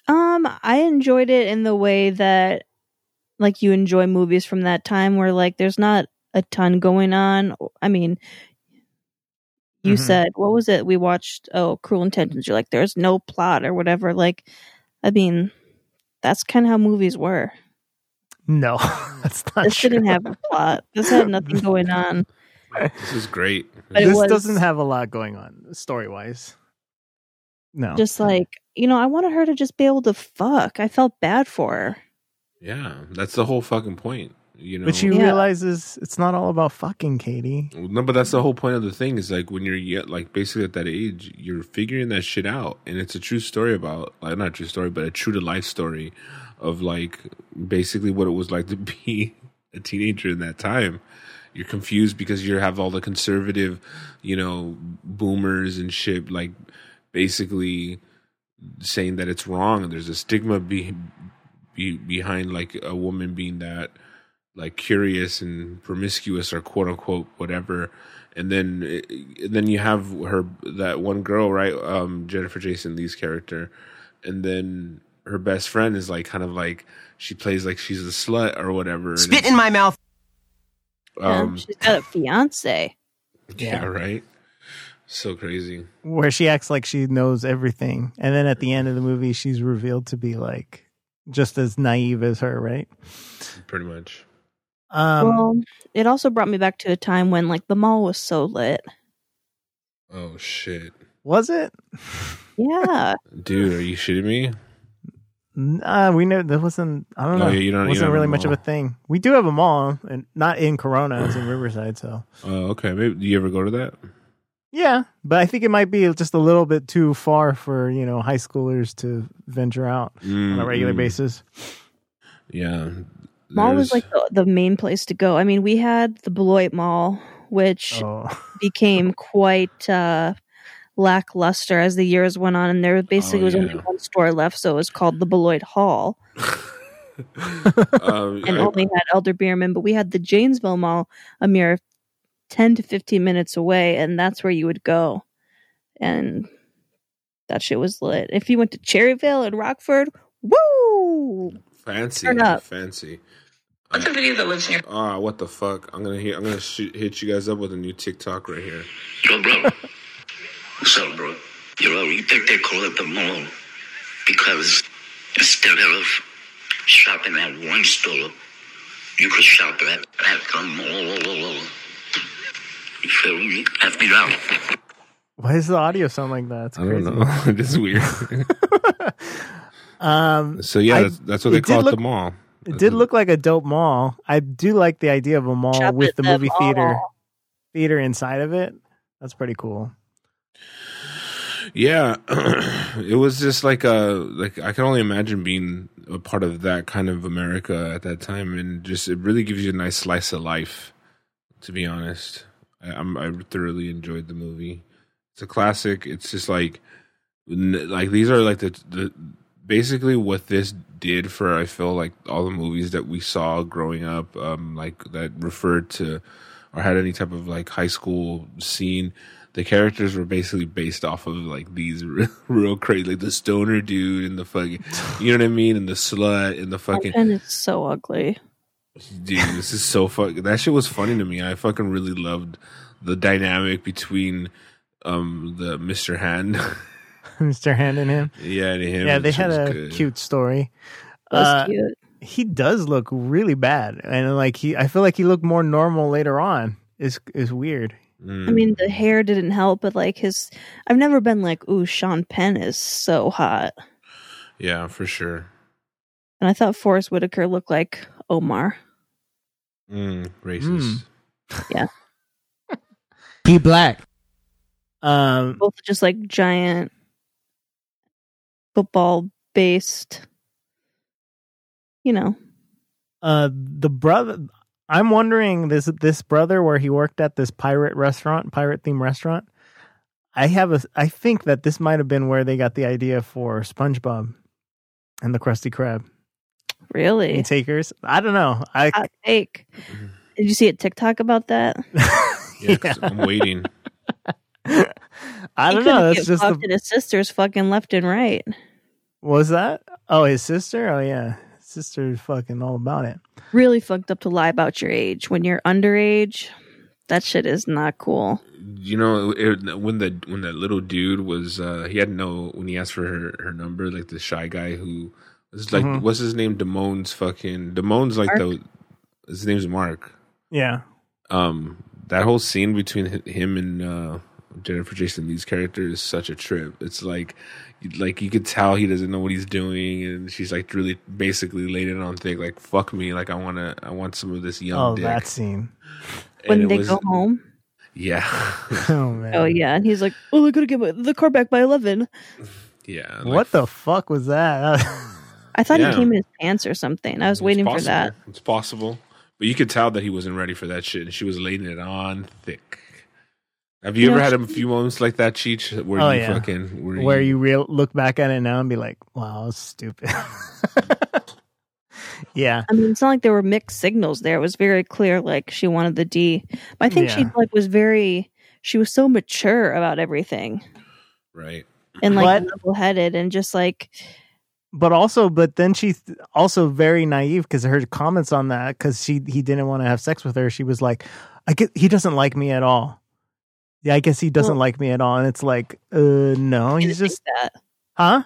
[SPEAKER 2] Um, I enjoyed it in the way that, like, you enjoy movies from that time, where like there's not a ton going on. I mean, you
[SPEAKER 3] Mhm.
[SPEAKER 2] said what was it we watched? Oh, Cruel Intentions. You're like, there's no plot or whatever. Like, I mean, that's kind of how movies were.
[SPEAKER 3] No, that's not
[SPEAKER 2] This
[SPEAKER 3] true.
[SPEAKER 2] didn't have a plot. This had nothing going on.
[SPEAKER 1] This is great.
[SPEAKER 2] But it
[SPEAKER 3] this
[SPEAKER 2] was-
[SPEAKER 3] doesn't have a lot going on story wise. No.
[SPEAKER 2] Just like you know, I wanted her to just be able to fuck. I felt bad for her.
[SPEAKER 1] Yeah, that's the whole fucking point. You know.
[SPEAKER 3] but she
[SPEAKER 2] Yeah.
[SPEAKER 3] realizes it's not all about fucking Katie.
[SPEAKER 1] No, but that's the whole point of the thing is like when you're yet like basically at that age, you're figuring that shit out, and it's a true story about like not a true story, but a true to life story of like basically what it was like to be a teenager in that time. You're confused because you have all the conservative, you know, boomers and shit like basically saying that it's wrong and there's a stigma be, be behind like a woman being that like curious and promiscuous or quote unquote whatever and then and then you have her that one girl right um Jennifer Jason Lee's character and then her best friend is like kind of like she plays like she's a slut or whatever and
[SPEAKER 6] Spit
[SPEAKER 1] it's,
[SPEAKER 6] in my mouth.
[SPEAKER 1] um
[SPEAKER 2] she's got a fiance.
[SPEAKER 1] yeah right so crazy
[SPEAKER 3] where she acts like she knows everything and then at the end of the movie she's revealed to be like just as naive as her right
[SPEAKER 1] pretty much
[SPEAKER 3] um
[SPEAKER 2] well, it also brought me back to a time when like the mall was so lit.
[SPEAKER 1] oh shit
[SPEAKER 3] was it
[SPEAKER 2] Yeah,
[SPEAKER 1] dude are you shitting me
[SPEAKER 3] nah, we know that wasn't i don't
[SPEAKER 1] No,
[SPEAKER 3] know
[SPEAKER 1] you don't- you don't
[SPEAKER 3] wasn't
[SPEAKER 1] have
[SPEAKER 3] really
[SPEAKER 1] a
[SPEAKER 3] much of a
[SPEAKER 1] mall.
[SPEAKER 3] thing we do have a mall and not in corona it's in riverside so
[SPEAKER 1] oh okay maybe do you ever go to that
[SPEAKER 3] yeah but i think it might be just a little bit too far for you know high schoolers to venture out on a regular
[SPEAKER 1] Mm, mm.
[SPEAKER 3] basis
[SPEAKER 1] yeah
[SPEAKER 2] mall was
[SPEAKER 1] There's-
[SPEAKER 2] like the, the main place to go. I mean, we had the Beloit Mall, which
[SPEAKER 3] oh
[SPEAKER 2] became quite uh, lackluster as the years went on, and there basically
[SPEAKER 1] Oh,
[SPEAKER 2] was only
[SPEAKER 1] yeah.
[SPEAKER 2] one store left, so it was called the Beloit Hall,
[SPEAKER 1] um,
[SPEAKER 2] and
[SPEAKER 1] I-
[SPEAKER 2] only had Elder Beerman. But we had the Janesville Mall, a mere ten to fifteen minutes away, and that's where you would go, and that shit was lit. If you went to Cherryvale and Rockford, woo!
[SPEAKER 1] Fancy,
[SPEAKER 2] Turn up.
[SPEAKER 1] fancy.
[SPEAKER 7] What's a video that lives in your
[SPEAKER 1] Ah, what the fuck? I'm gonna hit. I'm gonna shoot, hit you guys up with a new TikTok right here.
[SPEAKER 9] Yo, bro. What's up, bro? Yo, you think they call it the mall because instead of shopping at one store, you could shop at, at the mall. You feel me? F me out.
[SPEAKER 3] why does the audio sound like that it's
[SPEAKER 1] I don't
[SPEAKER 3] crazy
[SPEAKER 1] know. it's weird.
[SPEAKER 3] um
[SPEAKER 1] So yeah,
[SPEAKER 3] I-
[SPEAKER 1] that's, that's what they
[SPEAKER 3] it did
[SPEAKER 1] call it
[SPEAKER 3] look-
[SPEAKER 1] the mall.
[SPEAKER 3] It did look like a dope mall. I do like the idea of a mall
[SPEAKER 2] Shop
[SPEAKER 3] with
[SPEAKER 2] at
[SPEAKER 3] the
[SPEAKER 2] the
[SPEAKER 3] movie theater
[SPEAKER 2] mall.
[SPEAKER 3] theater inside of it. That's pretty cool.
[SPEAKER 1] Yeah, it was just like a like I can only imagine being a part of that kind of America at that time, and just it really gives you a nice slice of life. To be honest, I, I'm I thoroughly enjoyed the movie. It's a classic. It's just like n- like these are like the the basically what this did for I feel like all the movies that we saw growing up, um, like that referred to or had any type of like high school scene. The characters were basically based off of like these real, real crazy, like the stoner dude and the fucking, you know what I mean, and the slut and the fucking
[SPEAKER 2] And it's so ugly.
[SPEAKER 1] dude. This is so fuck. That shit was funny to me. I fucking really loved the dynamic between um the Mister Hand,
[SPEAKER 3] Mr. Hand and him.
[SPEAKER 1] yeah, and him.
[SPEAKER 3] Yeah,
[SPEAKER 1] That
[SPEAKER 3] they
[SPEAKER 1] shit
[SPEAKER 3] had
[SPEAKER 1] was
[SPEAKER 3] a
[SPEAKER 1] good.
[SPEAKER 3] cute story.
[SPEAKER 2] was
[SPEAKER 3] Uh,
[SPEAKER 2] cute.
[SPEAKER 3] he does look really bad, and like he, I feel like he looked more normal later on. Is is weird.
[SPEAKER 1] Mm,
[SPEAKER 3] Hmm.
[SPEAKER 2] I mean, the hair didn't help, but like his, I've never been like, ooh, Sean Penn is so hot.
[SPEAKER 1] yeah, for sure.
[SPEAKER 2] And I thought Forrest Whitaker looked like Omar.
[SPEAKER 1] Mm, racist.
[SPEAKER 6] He black.
[SPEAKER 3] Um,
[SPEAKER 2] Both just like giant football based, you know.
[SPEAKER 3] uh, the brother. I'm wondering this this brother where he worked at this pirate restaurant, pirate theme restaurant. I have a. I think that this might have been where they got the idea for SpongeBob and the Krusty Krab
[SPEAKER 2] Really?
[SPEAKER 3] and Takers. I don't know. I
[SPEAKER 2] Hot take. Did you see a TikTok about that?
[SPEAKER 1] Yeah, 'cause I'm waiting.
[SPEAKER 3] I
[SPEAKER 2] He
[SPEAKER 3] don't
[SPEAKER 2] couldn't
[SPEAKER 3] know.
[SPEAKER 2] get
[SPEAKER 3] That's just
[SPEAKER 2] fucked
[SPEAKER 3] the,
[SPEAKER 2] and his sisters fucking left and right.
[SPEAKER 3] was that. Oh, his sister. Oh yeah, His sister's fucking all about it.
[SPEAKER 2] Really fucked up to lie about your age when you're underage. That shit is not cool.
[SPEAKER 1] You know, it, when the when that little dude was, uh he had no when he asked for her, her number, like the shy guy who was like,
[SPEAKER 3] Mhm.
[SPEAKER 1] what's his name? Damone's fucking Damone's like the his name's Mark.
[SPEAKER 3] Yeah.
[SPEAKER 1] Um, that whole scene between hi- him and uh Jennifer Jason Lee's character is such a trip. It's like, you- like you could tell he doesn't know what he's doing, and she's like really basically laid it on thick. Like fuck me, like I wanna, I want some of this young
[SPEAKER 3] oh,
[SPEAKER 1] dick.
[SPEAKER 3] that scene.
[SPEAKER 2] When
[SPEAKER 1] And it
[SPEAKER 2] they
[SPEAKER 1] was-
[SPEAKER 2] go home.
[SPEAKER 1] yeah.
[SPEAKER 3] Oh man.
[SPEAKER 2] Oh yeah, and he's like, "Oh, I gotta get my, the car back by 11.
[SPEAKER 1] Yeah.
[SPEAKER 3] What the fuck was that?
[SPEAKER 2] I thought
[SPEAKER 1] Yeah.
[SPEAKER 2] he came in his pants or something. I was waiting for that.
[SPEAKER 1] It's possible. But you could tell that he wasn't ready for that shit and she was laying it on thick. Have you
[SPEAKER 2] You
[SPEAKER 1] ever
[SPEAKER 2] know,
[SPEAKER 1] had a few moments like that, Cheech? Where
[SPEAKER 3] Oh,
[SPEAKER 1] you
[SPEAKER 3] yeah.
[SPEAKER 1] fucking where,
[SPEAKER 3] Where you real look back at it now and be like, "Wow, I was stupid." yeah.
[SPEAKER 2] I mean, it's not like there were mixed signals there. It was very clear, like she wanted the D. But I think she
[SPEAKER 3] Yeah.
[SPEAKER 2] like was very, she was so mature about everything
[SPEAKER 1] right?
[SPEAKER 2] and like
[SPEAKER 3] But-
[SPEAKER 2] level headed and just like,
[SPEAKER 3] but also but then she's also very naive because her comments on that because she he didn't want to have sex with her she was like i guess he doesn't like me at all yeah i guess he doesn't
[SPEAKER 2] Well-
[SPEAKER 3] like me at all and it's like uh no
[SPEAKER 2] gonna
[SPEAKER 3] he's
[SPEAKER 2] think
[SPEAKER 3] just
[SPEAKER 2] that.
[SPEAKER 3] huh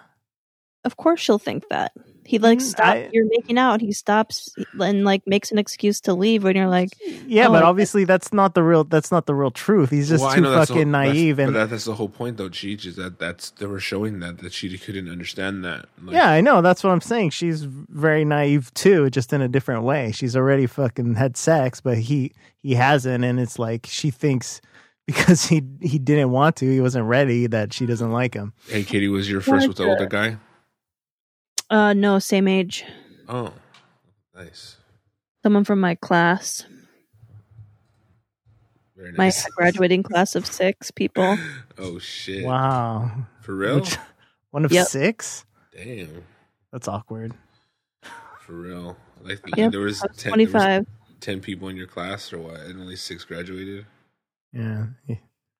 [SPEAKER 2] Of course, she'll think that he like
[SPEAKER 3] Mm,
[SPEAKER 2] stop.
[SPEAKER 3] I-
[SPEAKER 2] you're making out. He stops and like makes an excuse to leave when you're like,
[SPEAKER 3] yeah
[SPEAKER 2] Oh, I
[SPEAKER 3] but
[SPEAKER 2] guess-
[SPEAKER 3] obviously that's not the real that's not the real truth he's just
[SPEAKER 1] Well, I
[SPEAKER 3] too
[SPEAKER 1] know that's the-
[SPEAKER 3] fucking
[SPEAKER 1] that's-
[SPEAKER 3] naive
[SPEAKER 1] but
[SPEAKER 3] and
[SPEAKER 1] that, that's the whole point, though, Cheech, is that that's they were showing that that she couldn't understand that. Like,
[SPEAKER 3] yeah i know that's what i'm saying she's very naive too just in a different way she's already fucking had sex but he he hasn't and it's like she thinks because he he didn't want to he wasn't ready that she doesn't like him
[SPEAKER 1] Hey, Katie, was your first with the older guy?
[SPEAKER 2] uh, no, same age.
[SPEAKER 1] Oh, nice.
[SPEAKER 2] Someone from my class,
[SPEAKER 1] Very
[SPEAKER 2] my
[SPEAKER 1] nice.
[SPEAKER 2] graduating class of six people.
[SPEAKER 1] oh shit!
[SPEAKER 3] Wow.
[SPEAKER 1] For real?
[SPEAKER 3] Which- One of
[SPEAKER 2] Yep.
[SPEAKER 3] six?
[SPEAKER 1] Damn.
[SPEAKER 3] That's awkward.
[SPEAKER 1] For real? Like
[SPEAKER 2] Yep,
[SPEAKER 1] there was
[SPEAKER 2] I was
[SPEAKER 1] ten. there was
[SPEAKER 2] 25.
[SPEAKER 1] 10 people in your class or what and only six graduated
[SPEAKER 3] Yeah.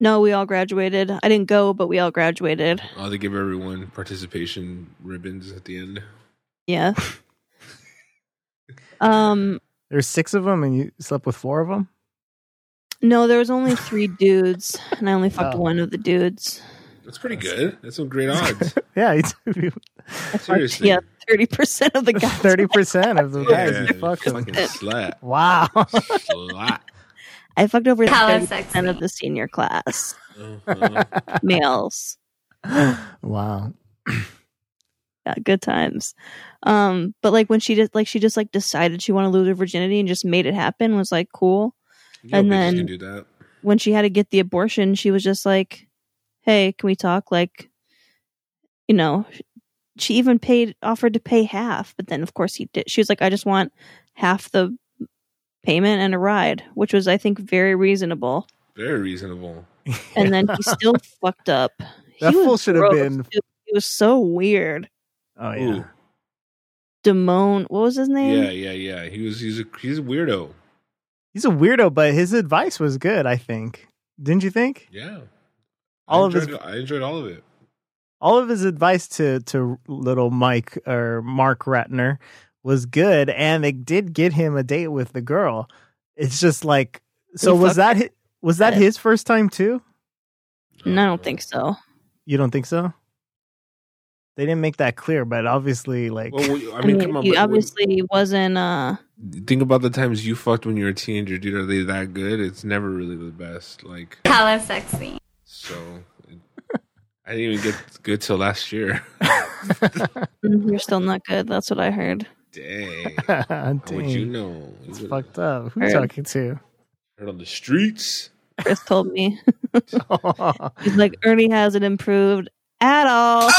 [SPEAKER 2] No, we all graduated. I didn't go, but we all graduated.
[SPEAKER 1] oh they give everyone participation ribbons at the end
[SPEAKER 2] Yeah. um
[SPEAKER 3] There's six of them and you slept with four of them?
[SPEAKER 2] no, there was only three dudes and I only fucked
[SPEAKER 3] Oh.
[SPEAKER 2] one of the dudes.
[SPEAKER 1] that's pretty good that's some great odds
[SPEAKER 3] Yeah. You do.
[SPEAKER 1] seriously
[SPEAKER 2] Yeah, thirty percent of the guys.
[SPEAKER 3] 30% of the guys
[SPEAKER 1] Yeah,
[SPEAKER 3] you fucked them.
[SPEAKER 1] fucking slut
[SPEAKER 3] Wow.
[SPEAKER 1] slut
[SPEAKER 2] I fucked over
[SPEAKER 7] How
[SPEAKER 2] thirty percent of the senior class
[SPEAKER 1] Uh-huh.
[SPEAKER 2] males.
[SPEAKER 3] wow.
[SPEAKER 2] Yeah, good times. Um, but like when she just like she just like decided she wanted to lose her virginity and just made it happen was like cool.
[SPEAKER 1] You know
[SPEAKER 2] And
[SPEAKER 1] bitches
[SPEAKER 2] then-
[SPEAKER 1] can do that
[SPEAKER 2] When she had to get the abortion, she was just like, "Hey, can we talk?" Like, you know, she even paid offered to pay half, but then of course he did. She was like, "I just want half the payment and a ride," which was, I think, very reasonable.
[SPEAKER 1] very reasonable
[SPEAKER 2] And then he still fucked up.
[SPEAKER 3] That
[SPEAKER 2] He was
[SPEAKER 3] fool should have
[SPEAKER 2] gross,
[SPEAKER 3] been-
[SPEAKER 2] dude. He was so weird.
[SPEAKER 3] Oh, yeah.
[SPEAKER 1] Ooh.
[SPEAKER 2] Damone, what was his name?
[SPEAKER 1] yeah yeah yeah he was he's a he's a weirdo
[SPEAKER 3] He's a weirdo, but his advice was good, I think. Didn't you think?
[SPEAKER 1] yeah
[SPEAKER 3] All
[SPEAKER 1] I
[SPEAKER 3] of his-
[SPEAKER 1] enjoyed, i enjoyed all of it
[SPEAKER 3] all of his advice to to little Mike or Mark Ratner was good, and they did get him a date with the girl. It's just like so
[SPEAKER 2] He
[SPEAKER 3] was
[SPEAKER 2] fucked
[SPEAKER 3] that hi- was that his first time too?
[SPEAKER 2] No, I don't think so.
[SPEAKER 3] You don't think so? They didn't make that clear, but obviously, like,
[SPEAKER 1] Well, we- I
[SPEAKER 2] I
[SPEAKER 1] mean,
[SPEAKER 2] mean,
[SPEAKER 1] come on.
[SPEAKER 2] you
[SPEAKER 1] but when-
[SPEAKER 2] obviously wasn't. Uh,
[SPEAKER 1] think about the times you fucked when you were a teenager, dude. Are they that good? It's never really the best. Like,
[SPEAKER 6] Hella sexy.
[SPEAKER 1] so. I didn't even get good till last year.
[SPEAKER 3] Mm-hmm.
[SPEAKER 2] you're still not good. That's what I heard.
[SPEAKER 1] Dang.
[SPEAKER 3] dang,
[SPEAKER 1] How would you know? You
[SPEAKER 3] it's
[SPEAKER 1] would've
[SPEAKER 3] fucked up. Who
[SPEAKER 2] Heard.
[SPEAKER 3] talking to?
[SPEAKER 1] Heard on the streets.
[SPEAKER 2] Chris told me. He's like, Ernie hasn't improved at all.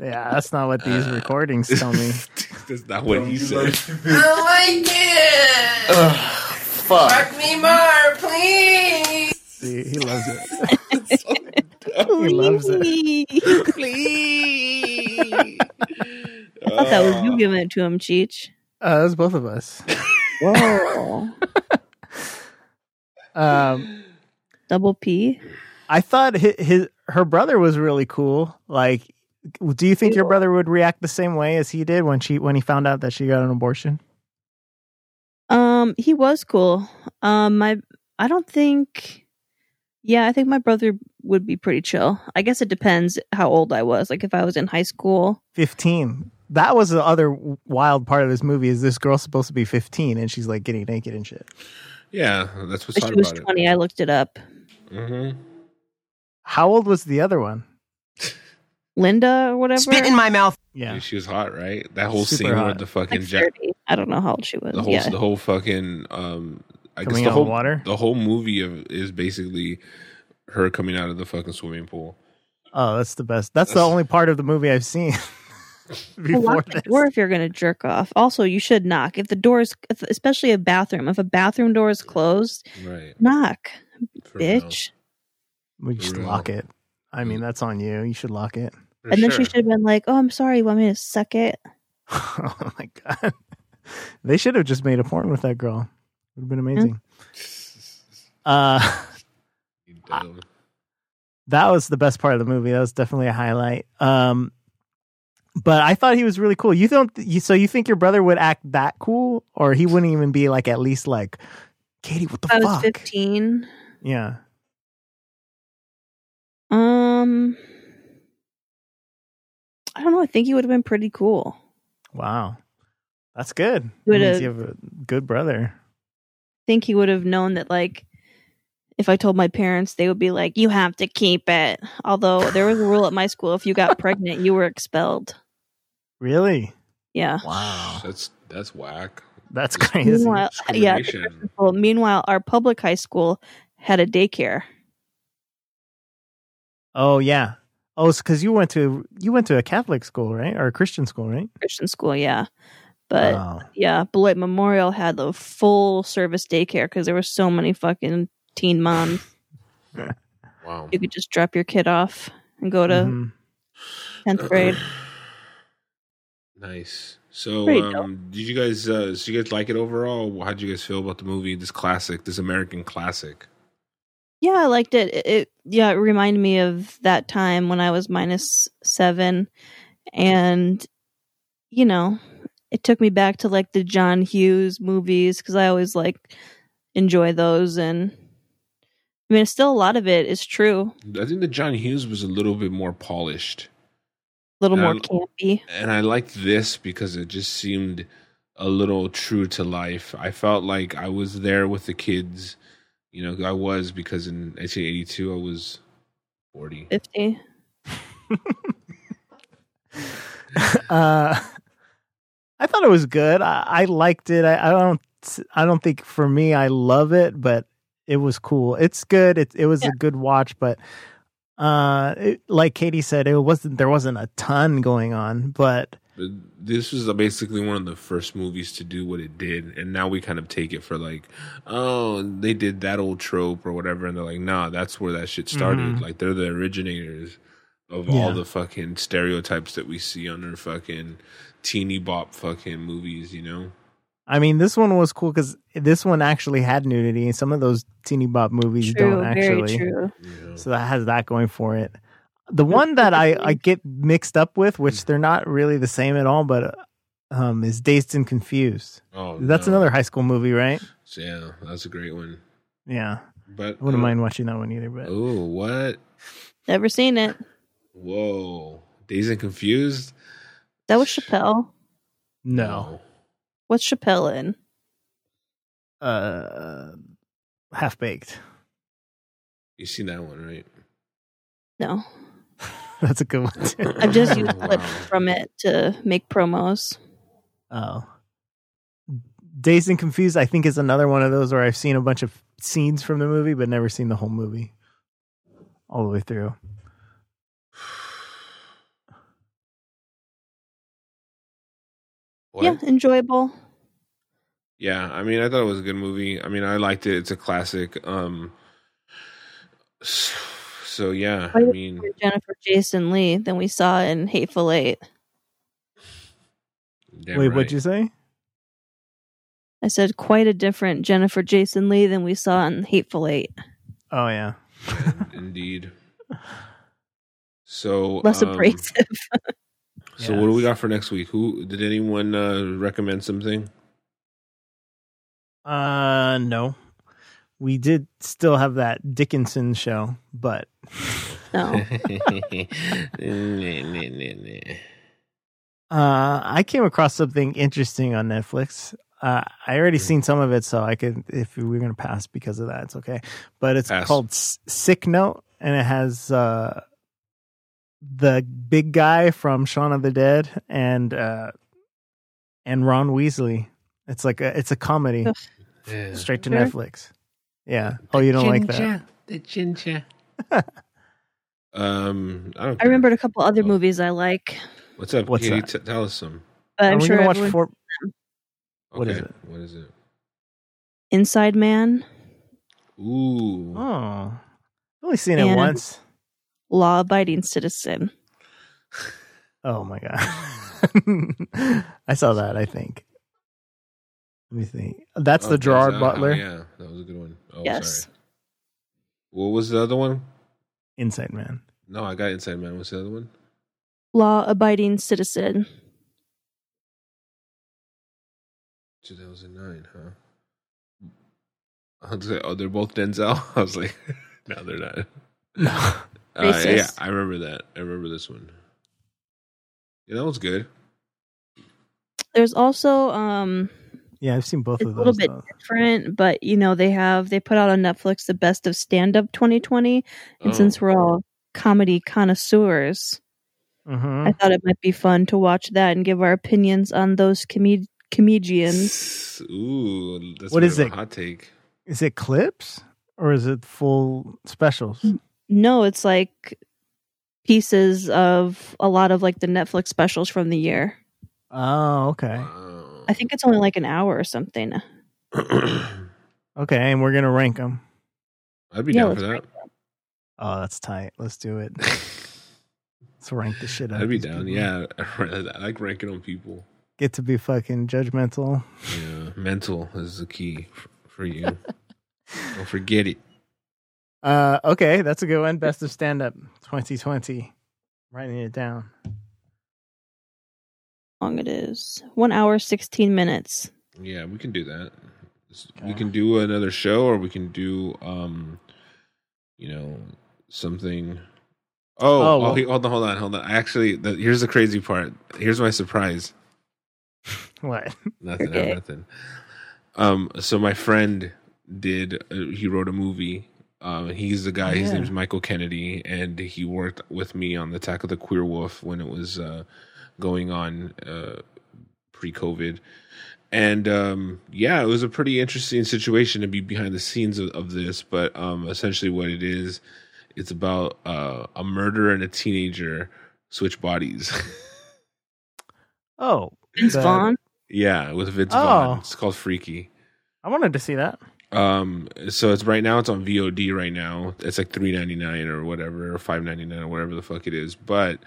[SPEAKER 3] yeah, that's not what these recordings tell me.
[SPEAKER 1] That's not what he said.
[SPEAKER 4] Oh my god!
[SPEAKER 5] Fuck.
[SPEAKER 4] Fuck me more, please!
[SPEAKER 3] See, he loves it. he loves it.
[SPEAKER 2] I
[SPEAKER 1] Please.
[SPEAKER 2] thought that was you giving it to him, Cheech.
[SPEAKER 3] Uh, it was both of us.
[SPEAKER 2] Whoa.
[SPEAKER 3] Um,
[SPEAKER 2] Double P.
[SPEAKER 3] I thought his, his her brother was really cool. Like, do you think your brother would react the same way as he did when she when he found out that she got an abortion?
[SPEAKER 2] Um, he was cool. Um, my I don't think. Yeah, I think my brother would be pretty chill. I guess it depends how old I was. Like if I was in high school,
[SPEAKER 3] 15 that was the other w- wild part of this movie is this girl's supposed to be 15 and she's like getting naked and shit
[SPEAKER 1] Yeah, that's what's hard
[SPEAKER 2] she was
[SPEAKER 1] about it.
[SPEAKER 2] twenty. I looked it up.
[SPEAKER 1] Mm-hmm.
[SPEAKER 3] how old was the other one
[SPEAKER 2] Linda or whatever.
[SPEAKER 4] my mouth.
[SPEAKER 3] yeah
[SPEAKER 1] She was hot, right? That whole
[SPEAKER 3] Super
[SPEAKER 1] scene with
[SPEAKER 3] hot.
[SPEAKER 1] the fucking
[SPEAKER 2] like
[SPEAKER 1] jack,
[SPEAKER 2] 30. I don't know how old she was.
[SPEAKER 1] the whole,
[SPEAKER 2] yeah.
[SPEAKER 1] the whole fucking, um, I
[SPEAKER 3] Coming
[SPEAKER 1] guess the
[SPEAKER 3] out of
[SPEAKER 1] whole
[SPEAKER 3] water?
[SPEAKER 1] the whole movie of, is basically her coming out of the fucking swimming pool.
[SPEAKER 3] oh that's the best that's the only part of the movie i've seen
[SPEAKER 2] Well,
[SPEAKER 3] before
[SPEAKER 2] lock the
[SPEAKER 3] this
[SPEAKER 2] door if you're going to jerk off. Also, you should knock. If the door is, if, especially a bathroom, if a bathroom door is closed,
[SPEAKER 1] Right,
[SPEAKER 2] knock,
[SPEAKER 1] for
[SPEAKER 2] bitch.
[SPEAKER 3] we should
[SPEAKER 1] Brutal.
[SPEAKER 3] lock it i mean that's on you you should lock it
[SPEAKER 1] real. For
[SPEAKER 2] And then
[SPEAKER 1] sure.
[SPEAKER 2] she should have been like, "Oh, I'm sorry. You want me to suck it?"
[SPEAKER 3] oh my god they should have just made a porn with that girl it would have been amazing uh
[SPEAKER 1] You dumb.
[SPEAKER 3] that was the best part of the movie. That was definitely a highlight. Um, but I thought he was really cool. You don't, you, so you think your brother would act that cool, or he wouldn't even be like at least like, Katie, what the
[SPEAKER 2] I was
[SPEAKER 3] fuck?
[SPEAKER 2] 15.
[SPEAKER 3] Yeah,
[SPEAKER 2] Um, I don't know. I think he would have been pretty cool.
[SPEAKER 3] wow, that's good. That
[SPEAKER 2] Would
[SPEAKER 3] means
[SPEAKER 2] have-
[SPEAKER 3] you have a good brother.
[SPEAKER 2] I think he would have known that, like, if I told my parents, they would be like, "You have to keep it." Although there was a rule at my school: if you got pregnant, you were expelled.
[SPEAKER 3] Really?
[SPEAKER 2] Yeah.
[SPEAKER 3] Wow,
[SPEAKER 1] That's that's whack.
[SPEAKER 3] that's crazy.
[SPEAKER 2] Meanwhile- Uh, yeah.
[SPEAKER 1] Discrimination.
[SPEAKER 2] Well, meanwhile, our public high school had a daycare.
[SPEAKER 3] Oh yeah. Oh, it's because you went to you went to a Catholic school, right, or a Christian school, right?
[SPEAKER 2] Christian school, yeah. But
[SPEAKER 3] wow.
[SPEAKER 2] yeah, Beloit Memorial had the full service daycare because there were so many fucking teen moms.
[SPEAKER 1] Wow.
[SPEAKER 2] You could just drop your kid off and go to
[SPEAKER 3] Mhm.
[SPEAKER 2] 10th grade.
[SPEAKER 1] Nice. So,
[SPEAKER 2] Pretty dope.
[SPEAKER 1] um, did you guys? Uh, so you guys like it overall? How would you guys feel about the movie? This classic, this American classic.
[SPEAKER 2] Yeah, I liked it. it. It yeah, it reminded me of that time when I was minus seven, and you know, it took me back to like the John Hughes movies because I always like enjoy those. And I mean, still a lot of it is true,
[SPEAKER 1] I think the John Hughes was a little bit more polished,
[SPEAKER 2] a little more
[SPEAKER 1] Um,
[SPEAKER 2] campy.
[SPEAKER 1] and I liked this because it just seemed a little true to life. I felt like I was there with the kids. You know, I was because in 1982 I was 40.
[SPEAKER 2] Fifty.
[SPEAKER 3] uh, I thought it was good. I, I liked it. I, I don't. I don't think for me, I love it, but it was cool. It's good. It it was a good watch, but uh, it, like Katie said, it wasn't. There wasn't a ton going on, but
[SPEAKER 1] But this was basically one of the first movies to do what it did, and now we kind of take it for like, oh, they did that old trope or whatever, and they're like, nah, that's where that shit started.
[SPEAKER 3] Mhm.
[SPEAKER 1] Like they're the originators of
[SPEAKER 3] Yeah.
[SPEAKER 1] all the fucking stereotypes that we see on their fucking teeny bop fucking movies, you know?
[SPEAKER 3] I mean, this one was cool because this one actually had nudity, and some of those teeny bop movies
[SPEAKER 2] True,
[SPEAKER 3] don't actually.
[SPEAKER 2] very true.
[SPEAKER 1] Yeah.
[SPEAKER 3] So that has that going for it. The one that I, I get mixed up with, which they're not really the same at all, but um, is Dazed and Confused.
[SPEAKER 1] Oh,
[SPEAKER 3] That's
[SPEAKER 1] no.
[SPEAKER 3] another high school movie, right?
[SPEAKER 1] Yeah, that's a great one.
[SPEAKER 3] Yeah.
[SPEAKER 1] But
[SPEAKER 3] I wouldn't mind watching that one either, but
[SPEAKER 1] Oh, what?
[SPEAKER 2] Never seen it.
[SPEAKER 1] Whoa. Days and Confused. Oh,
[SPEAKER 2] That was Chappelle.
[SPEAKER 3] No.
[SPEAKER 2] What's Chappelle in?
[SPEAKER 3] Uh, half baked.
[SPEAKER 1] You seen that one, right?
[SPEAKER 2] No.
[SPEAKER 3] That's a good one. Too.
[SPEAKER 2] I've just used
[SPEAKER 1] Wow.
[SPEAKER 2] clips from it to make promos.
[SPEAKER 3] Oh. Dazed and Confused, I think, is another one of those where I've seen a bunch of scenes from the movie, but never seen the whole movie all the way through.
[SPEAKER 1] What?
[SPEAKER 2] Yeah, enjoyable.
[SPEAKER 1] Yeah, I mean, I thought it was a good movie. I mean, I liked it. It's a classic. Um, s- so yeah, I mean,
[SPEAKER 2] Jennifer Jason Lee than we saw in Hateful Eight.
[SPEAKER 1] damn
[SPEAKER 3] Wait,
[SPEAKER 1] right.
[SPEAKER 3] what'd you say?
[SPEAKER 2] I said quite a different Jennifer Jason Lee than we saw in Hateful Eight.
[SPEAKER 3] Oh, yeah.
[SPEAKER 1] Indeed. So
[SPEAKER 2] Less
[SPEAKER 1] um,
[SPEAKER 2] abrasive.
[SPEAKER 1] So
[SPEAKER 3] Yeah.
[SPEAKER 1] what do we got for next week? Who did anyone uh, recommend something?
[SPEAKER 3] Uh, no. We did still have that Dickinson show, but
[SPEAKER 2] No.
[SPEAKER 3] uh, I came across something interesting on Netflix. Uh, I already seen some of it, so I could, if we were going to pass because of that, it's okay. But it's
[SPEAKER 1] Pass.
[SPEAKER 3] called S- Sick Note, and it has uh, the big guy from Shaun of the Dead and uh, and Ron Weasley. It's like a, it's a comedy
[SPEAKER 2] Ugh.
[SPEAKER 3] straight to
[SPEAKER 2] Sure.
[SPEAKER 3] Netflix. Yeah. Oh, you don't like that?
[SPEAKER 1] Um, I don't.
[SPEAKER 2] I
[SPEAKER 1] care.
[SPEAKER 2] remembered a couple
[SPEAKER 3] Oh.
[SPEAKER 2] other movies I like,
[SPEAKER 1] What's up,
[SPEAKER 3] What's
[SPEAKER 1] Katie?
[SPEAKER 3] that?
[SPEAKER 1] T- tell us some.
[SPEAKER 2] but
[SPEAKER 3] Are
[SPEAKER 2] I'm
[SPEAKER 3] we
[SPEAKER 2] sure
[SPEAKER 3] gonna watch
[SPEAKER 2] everyone-
[SPEAKER 3] four? What
[SPEAKER 1] Okay.
[SPEAKER 3] is it?
[SPEAKER 1] What is it?
[SPEAKER 2] Inside Man,
[SPEAKER 1] Ooh,
[SPEAKER 3] Oh, I've only seen it
[SPEAKER 2] And-
[SPEAKER 3] once.
[SPEAKER 2] Law Abiding Citizen.
[SPEAKER 3] Oh my god, I saw that. I think. Let me think. That's
[SPEAKER 1] Okay,
[SPEAKER 3] the Gerard
[SPEAKER 1] so- oh,
[SPEAKER 3] Butler
[SPEAKER 1] Yeah, that was a good one. Oh,
[SPEAKER 2] yes.
[SPEAKER 1] sorry. What was the other one?
[SPEAKER 3] Inside Man.
[SPEAKER 1] No, I got Inside Man. What's the other one?
[SPEAKER 2] Law Abiding Citizen.
[SPEAKER 1] 2009, huh? I was like, oh, they're both Denzel. I was like, no, they're not. Uh,
[SPEAKER 2] Racist.
[SPEAKER 1] yeah, I remember that. I remember this one. Yeah, that was good.
[SPEAKER 2] There's also um
[SPEAKER 3] Yeah, I've seen both
[SPEAKER 2] It's
[SPEAKER 3] of
[SPEAKER 2] a little
[SPEAKER 3] those.
[SPEAKER 2] bit
[SPEAKER 3] though.
[SPEAKER 2] different, but you know, they have they put out on Netflix the best of stand up twenty twenty. And
[SPEAKER 1] Oh.
[SPEAKER 2] since we're all comedy connoisseurs,
[SPEAKER 3] Mhm.
[SPEAKER 2] I thought it might be fun to watch that and give our opinions on those comed- comedians.
[SPEAKER 1] Ooh, that's
[SPEAKER 3] What
[SPEAKER 1] a bit
[SPEAKER 3] is
[SPEAKER 1] of a
[SPEAKER 3] it?
[SPEAKER 1] Hot take.
[SPEAKER 3] Is it clips or is it full specials?
[SPEAKER 2] Hmm. No, it's like pieces of a lot of like the Netflix specials from the year.
[SPEAKER 3] Oh, okay,
[SPEAKER 1] Wow.
[SPEAKER 2] I think it's only like an hour or something.
[SPEAKER 3] okay. And we're gonna rank them.
[SPEAKER 1] I'd be
[SPEAKER 2] Yeah,
[SPEAKER 1] down
[SPEAKER 2] let's
[SPEAKER 1] for that.
[SPEAKER 3] Oh, that's tight. Let's do it. Let's rank the shit out.
[SPEAKER 1] I'd
[SPEAKER 3] of
[SPEAKER 1] be
[SPEAKER 3] these
[SPEAKER 1] down.
[SPEAKER 3] people.
[SPEAKER 1] Yeah, I like ranking on people.
[SPEAKER 3] Get to be fucking judgmental.
[SPEAKER 1] Yeah, mental is the key f- for you. Don't forget it.
[SPEAKER 3] Uh, okay, that's a good one. Best of stand up 2020. Writing it down.
[SPEAKER 2] How long it is. One hour sixteen minutes.
[SPEAKER 1] Yeah, we can do that. This- We
[SPEAKER 3] Okay.
[SPEAKER 1] can do another show, or we can do, um, you know, something. Oh,
[SPEAKER 3] Oh,
[SPEAKER 1] oh,
[SPEAKER 3] well-
[SPEAKER 1] he- hold on, hold on, hold on. I actually, the, here's the crazy part. Here's my surprise.
[SPEAKER 3] What?
[SPEAKER 1] Nothing, I have
[SPEAKER 2] Okay.
[SPEAKER 1] nothing. Um, so my friend did. Uh, he wrote a movie. Um, he's the guy. His
[SPEAKER 3] yeah.
[SPEAKER 1] name's Michael Kennedy, and he worked with me on the Attack of the Queer Wolf when it was uh, going on uh, pre-COVID. And um, yeah, it was a pretty interesting situation to be behind the scenes of, of this. But um, essentially, what it is, it's about uh, a murderer and a teenager switch bodies.
[SPEAKER 3] Oh,
[SPEAKER 2] Vince
[SPEAKER 3] that-
[SPEAKER 2] Vaughn.
[SPEAKER 1] yeah, with Vince
[SPEAKER 3] Oh.
[SPEAKER 1] Vaughn. It's called Freaky.
[SPEAKER 3] I wanted to see that.
[SPEAKER 1] Um, so it's right now it's on VOD right now. It's like three ninety nine or whatever, or five ninety nine or whatever the fuck it is. But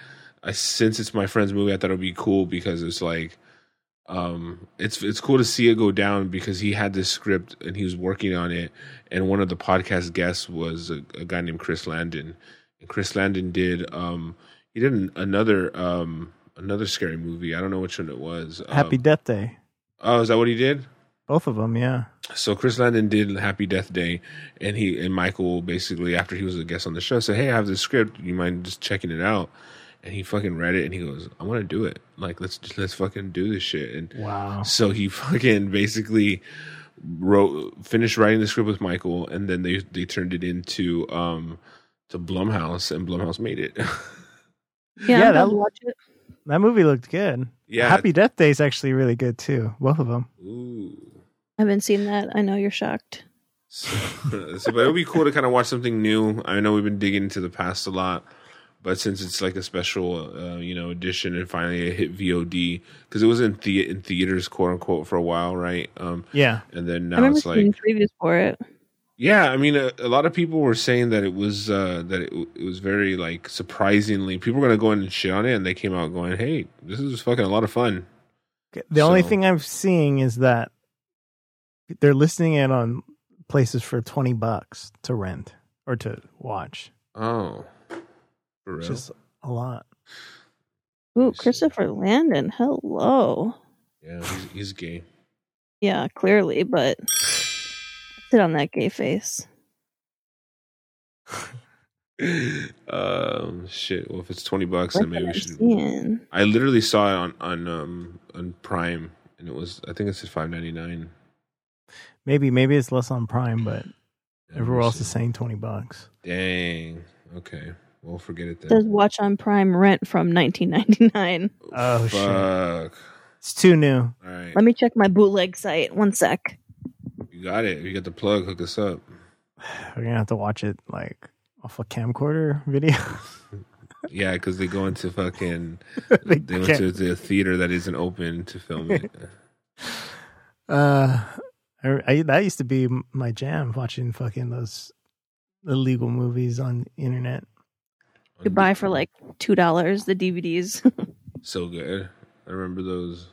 [SPEAKER 1] I, since it's my friend's movie, I thought it'd be cool because it's like, um, it's it's cool to see it go down because he had this script and he was working on it, and one of the podcast guests was a, a guy named Chris Landon, and Chris Landon did um he did an, another um another scary movie. I don't know which one it was.
[SPEAKER 3] Happy
[SPEAKER 1] Um,
[SPEAKER 3] Death Day.
[SPEAKER 1] oh, is that what he did?
[SPEAKER 3] Both of them, yeah.
[SPEAKER 1] so Chris Landon did Happy Death Day, and he and Michael basically after he was a guest on the show said, "Hey, I have this script. You mind just checking it out?" and he fucking read it and he goes, "I want to do it. Like let's let's fucking do this shit." And
[SPEAKER 3] Wow.
[SPEAKER 1] so he fucking basically wrote finished writing the script with Michael and then they they turned it into um to Blumhouse and Blumhouse made it.
[SPEAKER 2] Yeah,
[SPEAKER 3] Yeah,
[SPEAKER 2] I'm
[SPEAKER 3] that-
[SPEAKER 2] gonna watch it.
[SPEAKER 3] That movie looked good.
[SPEAKER 1] yeah.
[SPEAKER 3] Happy Death Day is actually really good too. Both of them.
[SPEAKER 1] Ooh.
[SPEAKER 2] I haven't seen that. I know you're shocked.
[SPEAKER 1] so, so, but it would be cool to kind of watch something new. I know we've been digging into the past a lot, but since it's like a special, uh, you know, edition and finally it hit VOD because it was in the in theaters, quote unquote, for a while, right? Um,
[SPEAKER 3] Yeah.
[SPEAKER 1] and then
[SPEAKER 2] I
[SPEAKER 1] now
[SPEAKER 2] remember
[SPEAKER 1] it's
[SPEAKER 2] seeing
[SPEAKER 1] like,
[SPEAKER 2] previews for it.
[SPEAKER 1] yeah, I mean, a, a lot of people were saying that it was uh, that it, w- it was very like surprisingly, people were gonna go in and shit on it, and they came out going, "Hey, this is fucking a lot of fun."
[SPEAKER 3] The only
[SPEAKER 1] So-
[SPEAKER 3] thing I'm seeing is that they're listing it on places for 20 bucks to rent or to watch,
[SPEAKER 1] Oh, for
[SPEAKER 3] which
[SPEAKER 1] real?
[SPEAKER 3] is a lot.
[SPEAKER 2] Ooh, Christopher Landon. Hello.
[SPEAKER 1] yeah, he's, he's gay.
[SPEAKER 2] Yeah, clearly, but sit on that gay face.
[SPEAKER 1] um shit well if it's 20 bucks then
[SPEAKER 2] That's
[SPEAKER 1] maybe
[SPEAKER 2] what
[SPEAKER 1] we
[SPEAKER 2] I'm
[SPEAKER 1] should
[SPEAKER 2] seeing.
[SPEAKER 1] i literally saw it on on um on prime and it was i think it said 5.99
[SPEAKER 3] Maybe maybe it's less on Prime, but
[SPEAKER 1] Yeah,
[SPEAKER 3] everywhere
[SPEAKER 1] we'll
[SPEAKER 3] else
[SPEAKER 1] see.
[SPEAKER 3] is saying 20 bucks.
[SPEAKER 1] dang okay well forget it
[SPEAKER 2] Does
[SPEAKER 1] then
[SPEAKER 2] Watch on Prime rent from 1999?
[SPEAKER 3] Oh, shit.
[SPEAKER 1] fuck
[SPEAKER 3] It's too new.
[SPEAKER 1] all right
[SPEAKER 2] Let me check my bootleg site. One sec.
[SPEAKER 1] you got it you got the plug hook us up
[SPEAKER 3] We're going to have to watch it like off a camcorder video.
[SPEAKER 1] yeah because they go into fucking
[SPEAKER 3] They
[SPEAKER 1] they went
[SPEAKER 3] can't-
[SPEAKER 1] to the theater that isn't open to film it
[SPEAKER 3] Uh, I, I that used to be m- my jam watching fucking those illegal movies on internet.
[SPEAKER 2] You buy for like two dollars the DVDs.
[SPEAKER 1] so good i remember those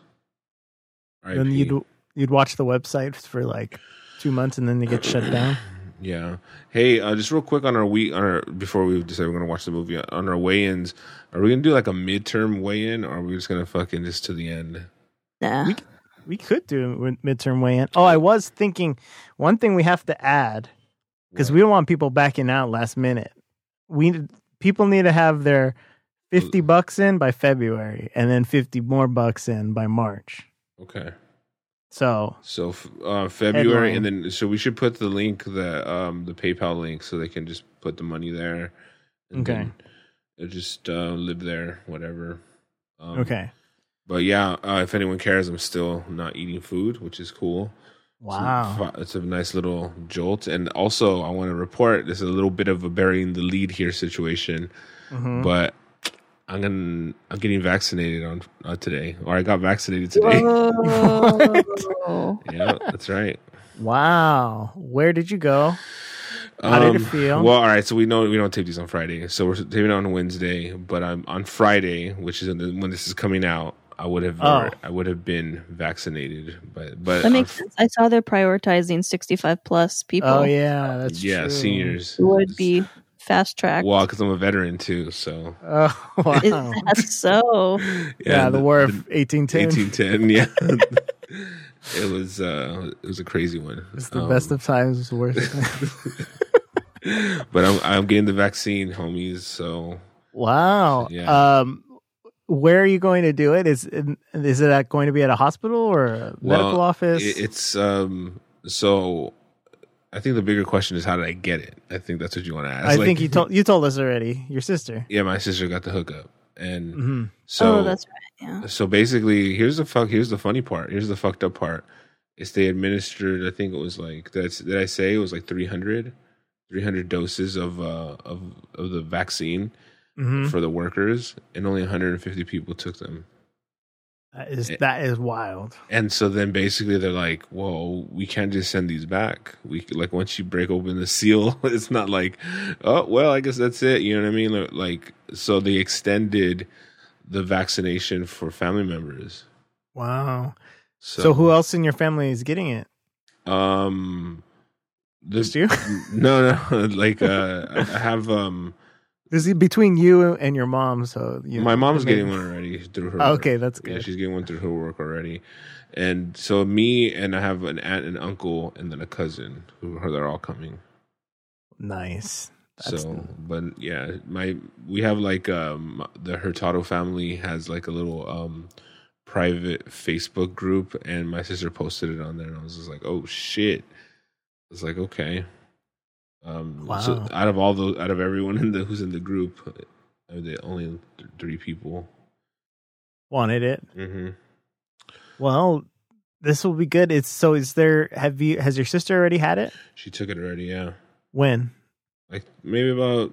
[SPEAKER 3] And then
[SPEAKER 1] RIP.
[SPEAKER 3] you'd you'd watch the website for like two months and then they get shut down.
[SPEAKER 1] Yeah. Hey, uh, just real quick on our week, on our before we decide we're gonna watch the movie on our weigh-ins. Are we gonna do like a midterm weigh-in, or are we just gonna fucking just to the end?
[SPEAKER 2] nah.
[SPEAKER 3] We could do a mid- midterm weigh in. Oh, I was thinking one thing we have to add because we don't want people backing out last minute. We people need to have their fifty bucks in by February and then fifty more bucks in by March.
[SPEAKER 1] Okay.
[SPEAKER 3] So
[SPEAKER 1] So f- uh, February,
[SPEAKER 3] Headline.
[SPEAKER 1] and then so we should put the link the um the PayPal link so they can just put the money there. And
[SPEAKER 3] Okay.
[SPEAKER 1] then It'll just uh, live there, whatever. Um,
[SPEAKER 3] okay,
[SPEAKER 1] But yeah, uh, if anyone cares, I'm still not eating food, which is cool.
[SPEAKER 3] wow.
[SPEAKER 1] It's a, it's a nice little jolt. And also, I want to report there's a little bit of a burying the lead here situation,
[SPEAKER 3] Mhm.
[SPEAKER 1] but I'm gonna I'm getting vaccinated on uh, today, or I got vaccinated today.
[SPEAKER 2] Whoa.
[SPEAKER 1] yeah, that's right.
[SPEAKER 3] Wow. Where did you go? How did it feel?
[SPEAKER 1] Um, Well, all right. So we know we don't tape these on Friday, so we're taping it on Wednesday. But I'm on Friday, which is when this is coming out. I would have
[SPEAKER 3] Oh.
[SPEAKER 1] I would have been vaccinated, but but
[SPEAKER 2] that
[SPEAKER 1] on
[SPEAKER 2] makes sense. I saw they're prioritizing 65 plus people.
[SPEAKER 3] Oh yeah, that's
[SPEAKER 1] uh, yeah
[SPEAKER 3] true.
[SPEAKER 1] seniors
[SPEAKER 2] Who Would be fast tracked.
[SPEAKER 1] Well, because I'm a veteran too, so
[SPEAKER 3] Oh wow.
[SPEAKER 2] Is that so?
[SPEAKER 3] yeah, the, war of eighteen ten
[SPEAKER 1] 1810 yeah it was uh it was a crazy one
[SPEAKER 3] is the
[SPEAKER 1] Um,
[SPEAKER 3] best of times, worst. of times.
[SPEAKER 1] but i'm i'm getting the vaccine homies so
[SPEAKER 3] wow.
[SPEAKER 1] Yeah.
[SPEAKER 3] Um, where are you going to do it? Is is it at, going to be at a hospital or a medical
[SPEAKER 1] Well,
[SPEAKER 3] office?
[SPEAKER 1] it, it's um so i think the bigger question is how did i get it i think that's what you want to ask
[SPEAKER 3] I
[SPEAKER 1] Like,
[SPEAKER 3] think you told you told us already. Your sister.
[SPEAKER 1] yeah my sister got the hookup and
[SPEAKER 3] Mhm.
[SPEAKER 1] so
[SPEAKER 2] oh, that's right. Yeah.
[SPEAKER 1] so basically here's the fuck here's the funny part here's the fucked up part is they administered i think it was like that's did i say it was like 300 300 doses of uh of of the vaccine
[SPEAKER 3] Mhm.
[SPEAKER 1] for the workers and only 150 people took them
[SPEAKER 3] That is that is wild.
[SPEAKER 1] and so then basically they're like well we can't just send these back we like once you break open the seal it's not like oh well i guess that's it you know what i mean like so they extended the vaccination for family members
[SPEAKER 3] Wow. So, who else in your family is getting it?
[SPEAKER 1] Um,
[SPEAKER 3] Just
[SPEAKER 1] this
[SPEAKER 3] you?
[SPEAKER 1] no, no. Like, uh, I have um,
[SPEAKER 3] Is it between you and your mom? So you
[SPEAKER 1] my mom's
[SPEAKER 3] I mean-
[SPEAKER 1] getting one already through her.
[SPEAKER 3] Oh,
[SPEAKER 1] work.
[SPEAKER 3] okay, that's
[SPEAKER 1] Yeah,
[SPEAKER 3] good.
[SPEAKER 1] she's getting one through her work already, and so me and I have an aunt and uncle and then a cousin who are they're all coming.
[SPEAKER 3] Nice. That's-
[SPEAKER 1] so, but yeah, my we have like um the Hurtado family has like a little um private Facebook group, and my sister posted it on there, and I was just like, oh shit! It's like okay. Um, So
[SPEAKER 3] Wow.
[SPEAKER 1] out of all those, out of everyone in the who's in the group, are the only th- three people?
[SPEAKER 3] wanted it.
[SPEAKER 1] Mm-hmm.
[SPEAKER 3] Well, this will be good. It's so. Is there? Have you? Has your sister already had it?
[SPEAKER 1] She took it already. Yeah,
[SPEAKER 3] When
[SPEAKER 1] like maybe about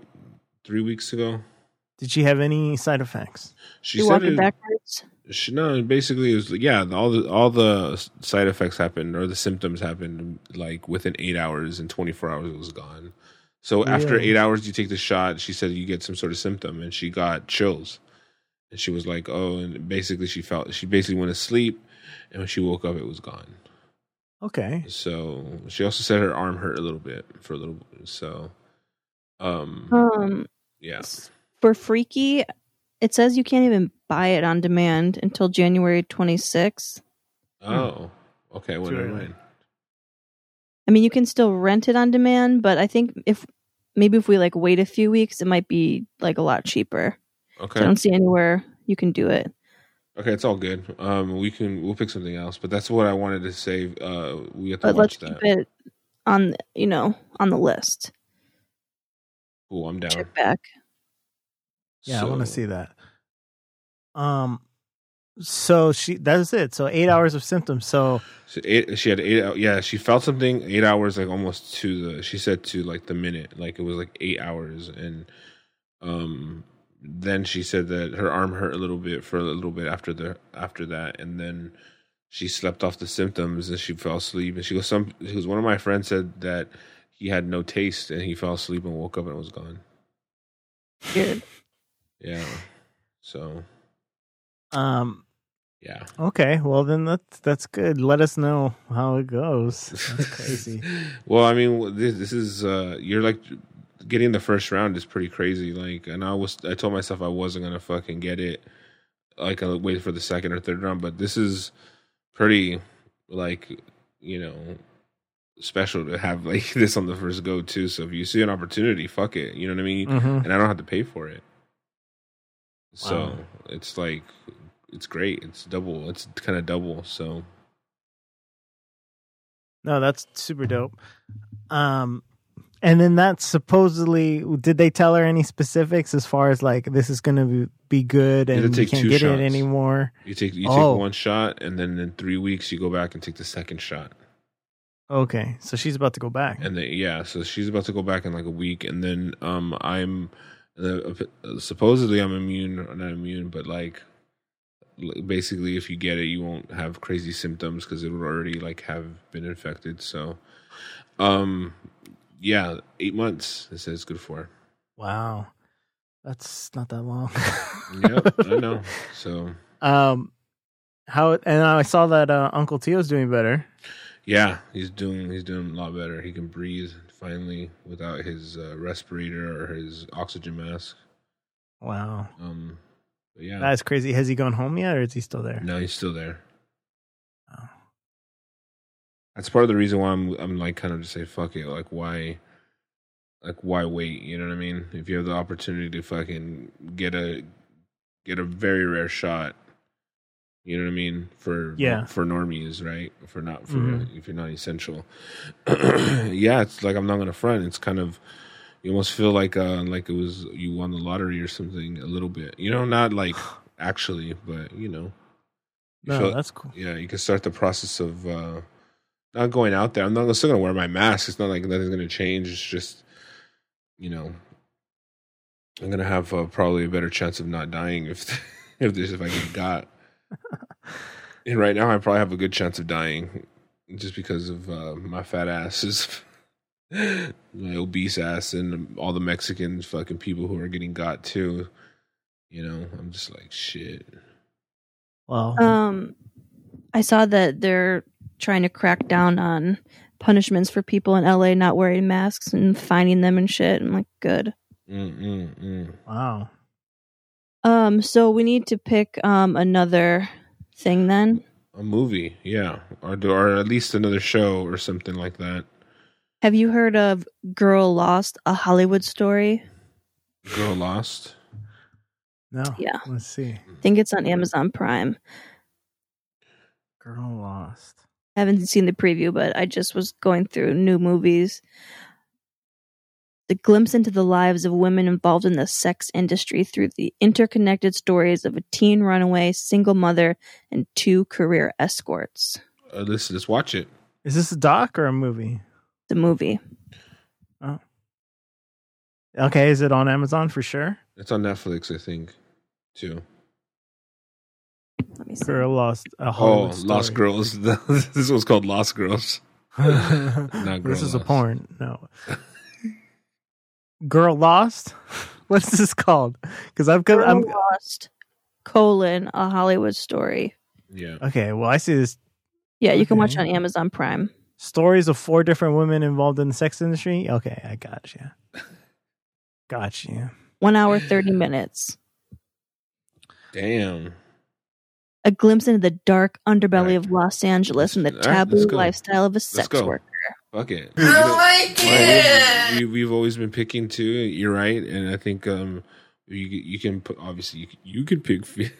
[SPEAKER 1] three weeks ago.
[SPEAKER 3] did she have any side effects?
[SPEAKER 1] She
[SPEAKER 2] You
[SPEAKER 1] said
[SPEAKER 2] walking
[SPEAKER 1] it,
[SPEAKER 2] backwards?
[SPEAKER 1] She, no, basically it was like, yeah, all the all the s- side effects happened or the symptoms happened like within eight hours and twenty four hours it was gone. So after
[SPEAKER 3] Really?
[SPEAKER 1] eight hours, you take the shot. She said you get some sort of symptom, and she got chills. And she was like, "Oh," and basically she felt she basically went to sleep, and when she woke up, it was gone.
[SPEAKER 3] Okay.
[SPEAKER 1] So she also said her arm hurt a little bit for a little. So, um,
[SPEAKER 2] Um,
[SPEAKER 1] yeah,
[SPEAKER 2] for Freaky, it says you can't even buy it on demand until January 26th.
[SPEAKER 1] Oh, okay. Well,
[SPEAKER 3] Too
[SPEAKER 1] never
[SPEAKER 3] early.
[SPEAKER 1] mind.
[SPEAKER 2] I mean, you can still rent it on demand, but I think if maybe if we like wait a few weeks, it might be like a lot cheaper. So I
[SPEAKER 1] Okay,
[SPEAKER 2] don't see anywhere you can do it.
[SPEAKER 1] okay. It's all good. Um, we can we'll pick something else. But that's what I wanted to say. Uh, we have to
[SPEAKER 2] But let's
[SPEAKER 1] watch
[SPEAKER 2] keep
[SPEAKER 1] that.
[SPEAKER 2] it on, you know, on the list.
[SPEAKER 1] Cool. I'm down.
[SPEAKER 2] Check back.
[SPEAKER 3] Yeah, I want to see
[SPEAKER 1] That.
[SPEAKER 3] that. Um. So she. That's it. So eight hours of symptoms. So
[SPEAKER 1] So eight, she had eight. hou- Yeah, she felt something eight hours, like almost to the. She said to like the minute, like it was like eight hours, and um, then she said that her arm hurt a little bit for a little bit after the after that, and then she slept off the symptoms and she fell asleep. And she goes, some she goes, one of my friends said that he had no taste and he fell asleep and woke up and it was gone.
[SPEAKER 2] Weird.
[SPEAKER 1] Yeah, so
[SPEAKER 3] um.
[SPEAKER 1] yeah,
[SPEAKER 3] Okay. Well, then that's that's good. Let us know how it goes. That's crazy.
[SPEAKER 1] Well, I mean, this, this is uh, you're like getting the first round is pretty crazy. Like, and I was I told myself I wasn't gonna fucking get it. Like, I wait for the second or third round, but this is pretty like you know special to have like this on the first go too. So if you see an opportunity, fuck it. You know what I mean?
[SPEAKER 3] Mhm.
[SPEAKER 1] And I don't have to pay for it. So
[SPEAKER 3] Wow.
[SPEAKER 1] it's like it's great. It's double. It's kind of double. So
[SPEAKER 3] No, that's super dope. Um, and then that's supposedly did they tell her any specifics as far as like this is going to be, be good
[SPEAKER 1] It'll
[SPEAKER 3] and you
[SPEAKER 1] take
[SPEAKER 3] can't
[SPEAKER 1] two
[SPEAKER 3] get
[SPEAKER 1] shots.
[SPEAKER 3] it anymore?
[SPEAKER 1] You take you
[SPEAKER 3] Oh.
[SPEAKER 1] take one shot, and then in three weeks you go back and take the second shot,
[SPEAKER 3] Okay, so she's about to go back.
[SPEAKER 1] and then yeah, so she's about to go back in like a week, and then um I'm uh, supposedly I'm immune or not immune, but like l- basically if you get it, you won't have crazy symptoms because it would already like have been infected. So, um, yeah, eight months it says good for.
[SPEAKER 3] Wow, that's not that long.
[SPEAKER 1] Yep, I know. So
[SPEAKER 3] Um, how and I saw that uh, Uncle Tio's doing better.
[SPEAKER 1] Yeah, he's doing he's doing a lot better. He can breathe finally without his uh, respirator or his oxygen mask.
[SPEAKER 3] Wow,
[SPEAKER 1] Um, but yeah,
[SPEAKER 3] that's crazy. Has he gone home yet, or is he still there?
[SPEAKER 1] no, he's still there.
[SPEAKER 3] Oh.
[SPEAKER 1] That's part of the reason why I'm I'm like kind of just say fuck it. Like why, like why wait? You know what I mean? If you have the opportunity to fucking get a get a very rare shot. You know what I mean for
[SPEAKER 3] Yeah.
[SPEAKER 1] for normies, right? For not for
[SPEAKER 3] Mhm.
[SPEAKER 1] if you're not essential. yeah, it's like I'm not gonna front. It's kind of you almost feel like uh like it was you won the lottery or something a little bit. You know, not like actually, but you know. You
[SPEAKER 3] No,
[SPEAKER 1] feel-
[SPEAKER 3] that's cool.
[SPEAKER 1] yeah, you can start the process of uh not going out there. I'm not I'm still gonna wear my mask. It's not like nothing's gonna change. It's just you know I'm gonna have uh, probably a better chance of not dying if if this if I get got. and right now, I probably have a good chance of dying just because of uh, my fat ass is my obese ass and all the Mexican fucking people who are getting got too. You know, I'm just like shit.
[SPEAKER 3] Well,
[SPEAKER 2] Um, I saw that they're trying to crack down on punishments for people in LA not wearing masks and fining them and shit. I'm like, good.
[SPEAKER 1] Mm, mm, mm.
[SPEAKER 3] wow.
[SPEAKER 2] Um, so we need to pick um another thing then.
[SPEAKER 1] A movie, yeah, or do, or at least another show or something like that.
[SPEAKER 2] Have you heard of Girl Lost, a Hollywood story?
[SPEAKER 1] Girl lost.
[SPEAKER 3] No.
[SPEAKER 2] Yeah.
[SPEAKER 3] Let's see.
[SPEAKER 2] I think it's on Amazon Prime.
[SPEAKER 3] Girl lost.
[SPEAKER 2] I haven't seen the preview, but I just was going through new movies. The glimpse into the lives of women involved in the sex industry through the interconnected stories of a teen runaway, single mother, and two career escorts.
[SPEAKER 1] Uh, let's let's watch it.
[SPEAKER 3] Is this a doc or a movie?
[SPEAKER 2] The movie.
[SPEAKER 3] Okay, is it on Amazon for sure?
[SPEAKER 1] It's on Netflix, I think, too.
[SPEAKER 2] Let me see.
[SPEAKER 3] Girl lost a
[SPEAKER 1] Oh,
[SPEAKER 3] Hollywood
[SPEAKER 1] Lost
[SPEAKER 3] Story.
[SPEAKER 1] Girls. this one's called Lost Girls. Not Girl
[SPEAKER 3] this is a
[SPEAKER 1] Lost.
[SPEAKER 3] porn. No. Girl lost. What's this called? Because I'm gonna.
[SPEAKER 2] Girl
[SPEAKER 3] I'm,
[SPEAKER 2] Lost, colon, a Hollywood story.
[SPEAKER 1] Yeah.
[SPEAKER 3] okay. Well, I see this
[SPEAKER 2] Yeah, you can watch it on
[SPEAKER 3] Okay.
[SPEAKER 2] Amazon Prime.
[SPEAKER 3] stories of four different women involved in the sex industry. Okay, I got you. Got you.
[SPEAKER 2] One hour, 30 minutes.
[SPEAKER 1] Damn.
[SPEAKER 2] A glimpse into the dark underbelly
[SPEAKER 1] Right.
[SPEAKER 2] of Los Angeles and the
[SPEAKER 1] All right, let's
[SPEAKER 2] taboo
[SPEAKER 1] go.
[SPEAKER 2] lifestyle of a sex
[SPEAKER 1] go.
[SPEAKER 2] worker.
[SPEAKER 1] Fuck it.
[SPEAKER 4] like
[SPEAKER 1] Well, we, we, we've always been picking too. You're right, and I think um you you can put obviously you, can- you could pick fi-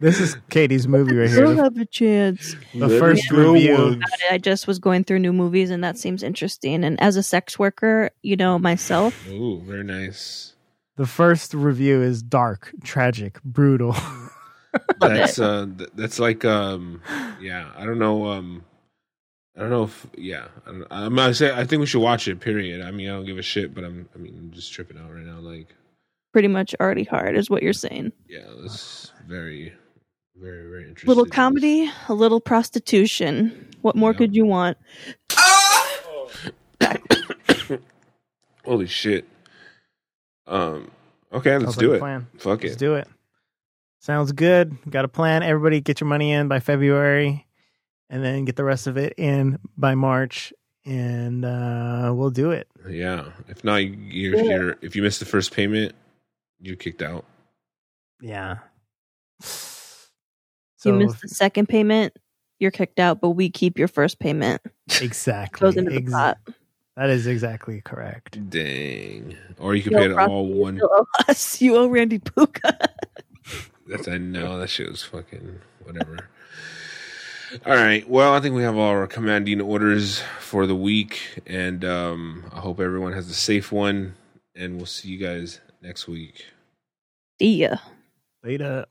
[SPEAKER 3] This is Katie's movie right
[SPEAKER 2] You'll
[SPEAKER 3] here.
[SPEAKER 2] have a chance.
[SPEAKER 3] The first review.
[SPEAKER 2] I just was going through new movies, and that seems interesting. And as a sex worker, you know myself,
[SPEAKER 1] Oh, very nice.
[SPEAKER 3] The first review is dark, tragic, brutal.
[SPEAKER 1] That's uh th- that's like um yeah I don't know um I don't know if yeah I don't, I'm not say I think we should watch it. Period. I mean I don't give a shit, but I'm I mean I'm just tripping out right now. Like
[SPEAKER 2] pretty much already hard is what you're saying.
[SPEAKER 1] yeah, that's very very very interesting.
[SPEAKER 2] Little comedy, a little prostitution. What more
[SPEAKER 1] Yeah.
[SPEAKER 2] could you want?
[SPEAKER 1] Holy shit. Um. Okay, let's
[SPEAKER 3] Sounds
[SPEAKER 1] do
[SPEAKER 3] like a
[SPEAKER 1] it.
[SPEAKER 3] plan.
[SPEAKER 1] Fuck
[SPEAKER 3] Let's
[SPEAKER 1] it.
[SPEAKER 3] do it. Sounds good. Got a plan. Everybody get your money in by February and then get the rest of it in by March and uh, we'll do it.
[SPEAKER 1] Yeah. If not, you, you're, if you're if you miss the first payment, you're kicked out.
[SPEAKER 3] Yeah.
[SPEAKER 2] you
[SPEAKER 3] So
[SPEAKER 2] miss the second payment, you're kicked out, but we keep your first payment.
[SPEAKER 3] exactly.
[SPEAKER 2] Goes into the
[SPEAKER 3] Ex-
[SPEAKER 2] pot.
[SPEAKER 3] that is exactly correct.
[SPEAKER 1] Dang. Or you can
[SPEAKER 2] Yo,
[SPEAKER 1] pay it
[SPEAKER 2] Frosty,
[SPEAKER 1] all
[SPEAKER 2] you
[SPEAKER 1] one.
[SPEAKER 2] still owe us. You owe Randy Puka.
[SPEAKER 1] That's I know that shit was fucking whatever. all right. Well, I think we have all our commanding orders for the week, and um, I hope everyone has a safe one. And we'll see you guys next week.
[SPEAKER 2] See ya.
[SPEAKER 3] Later.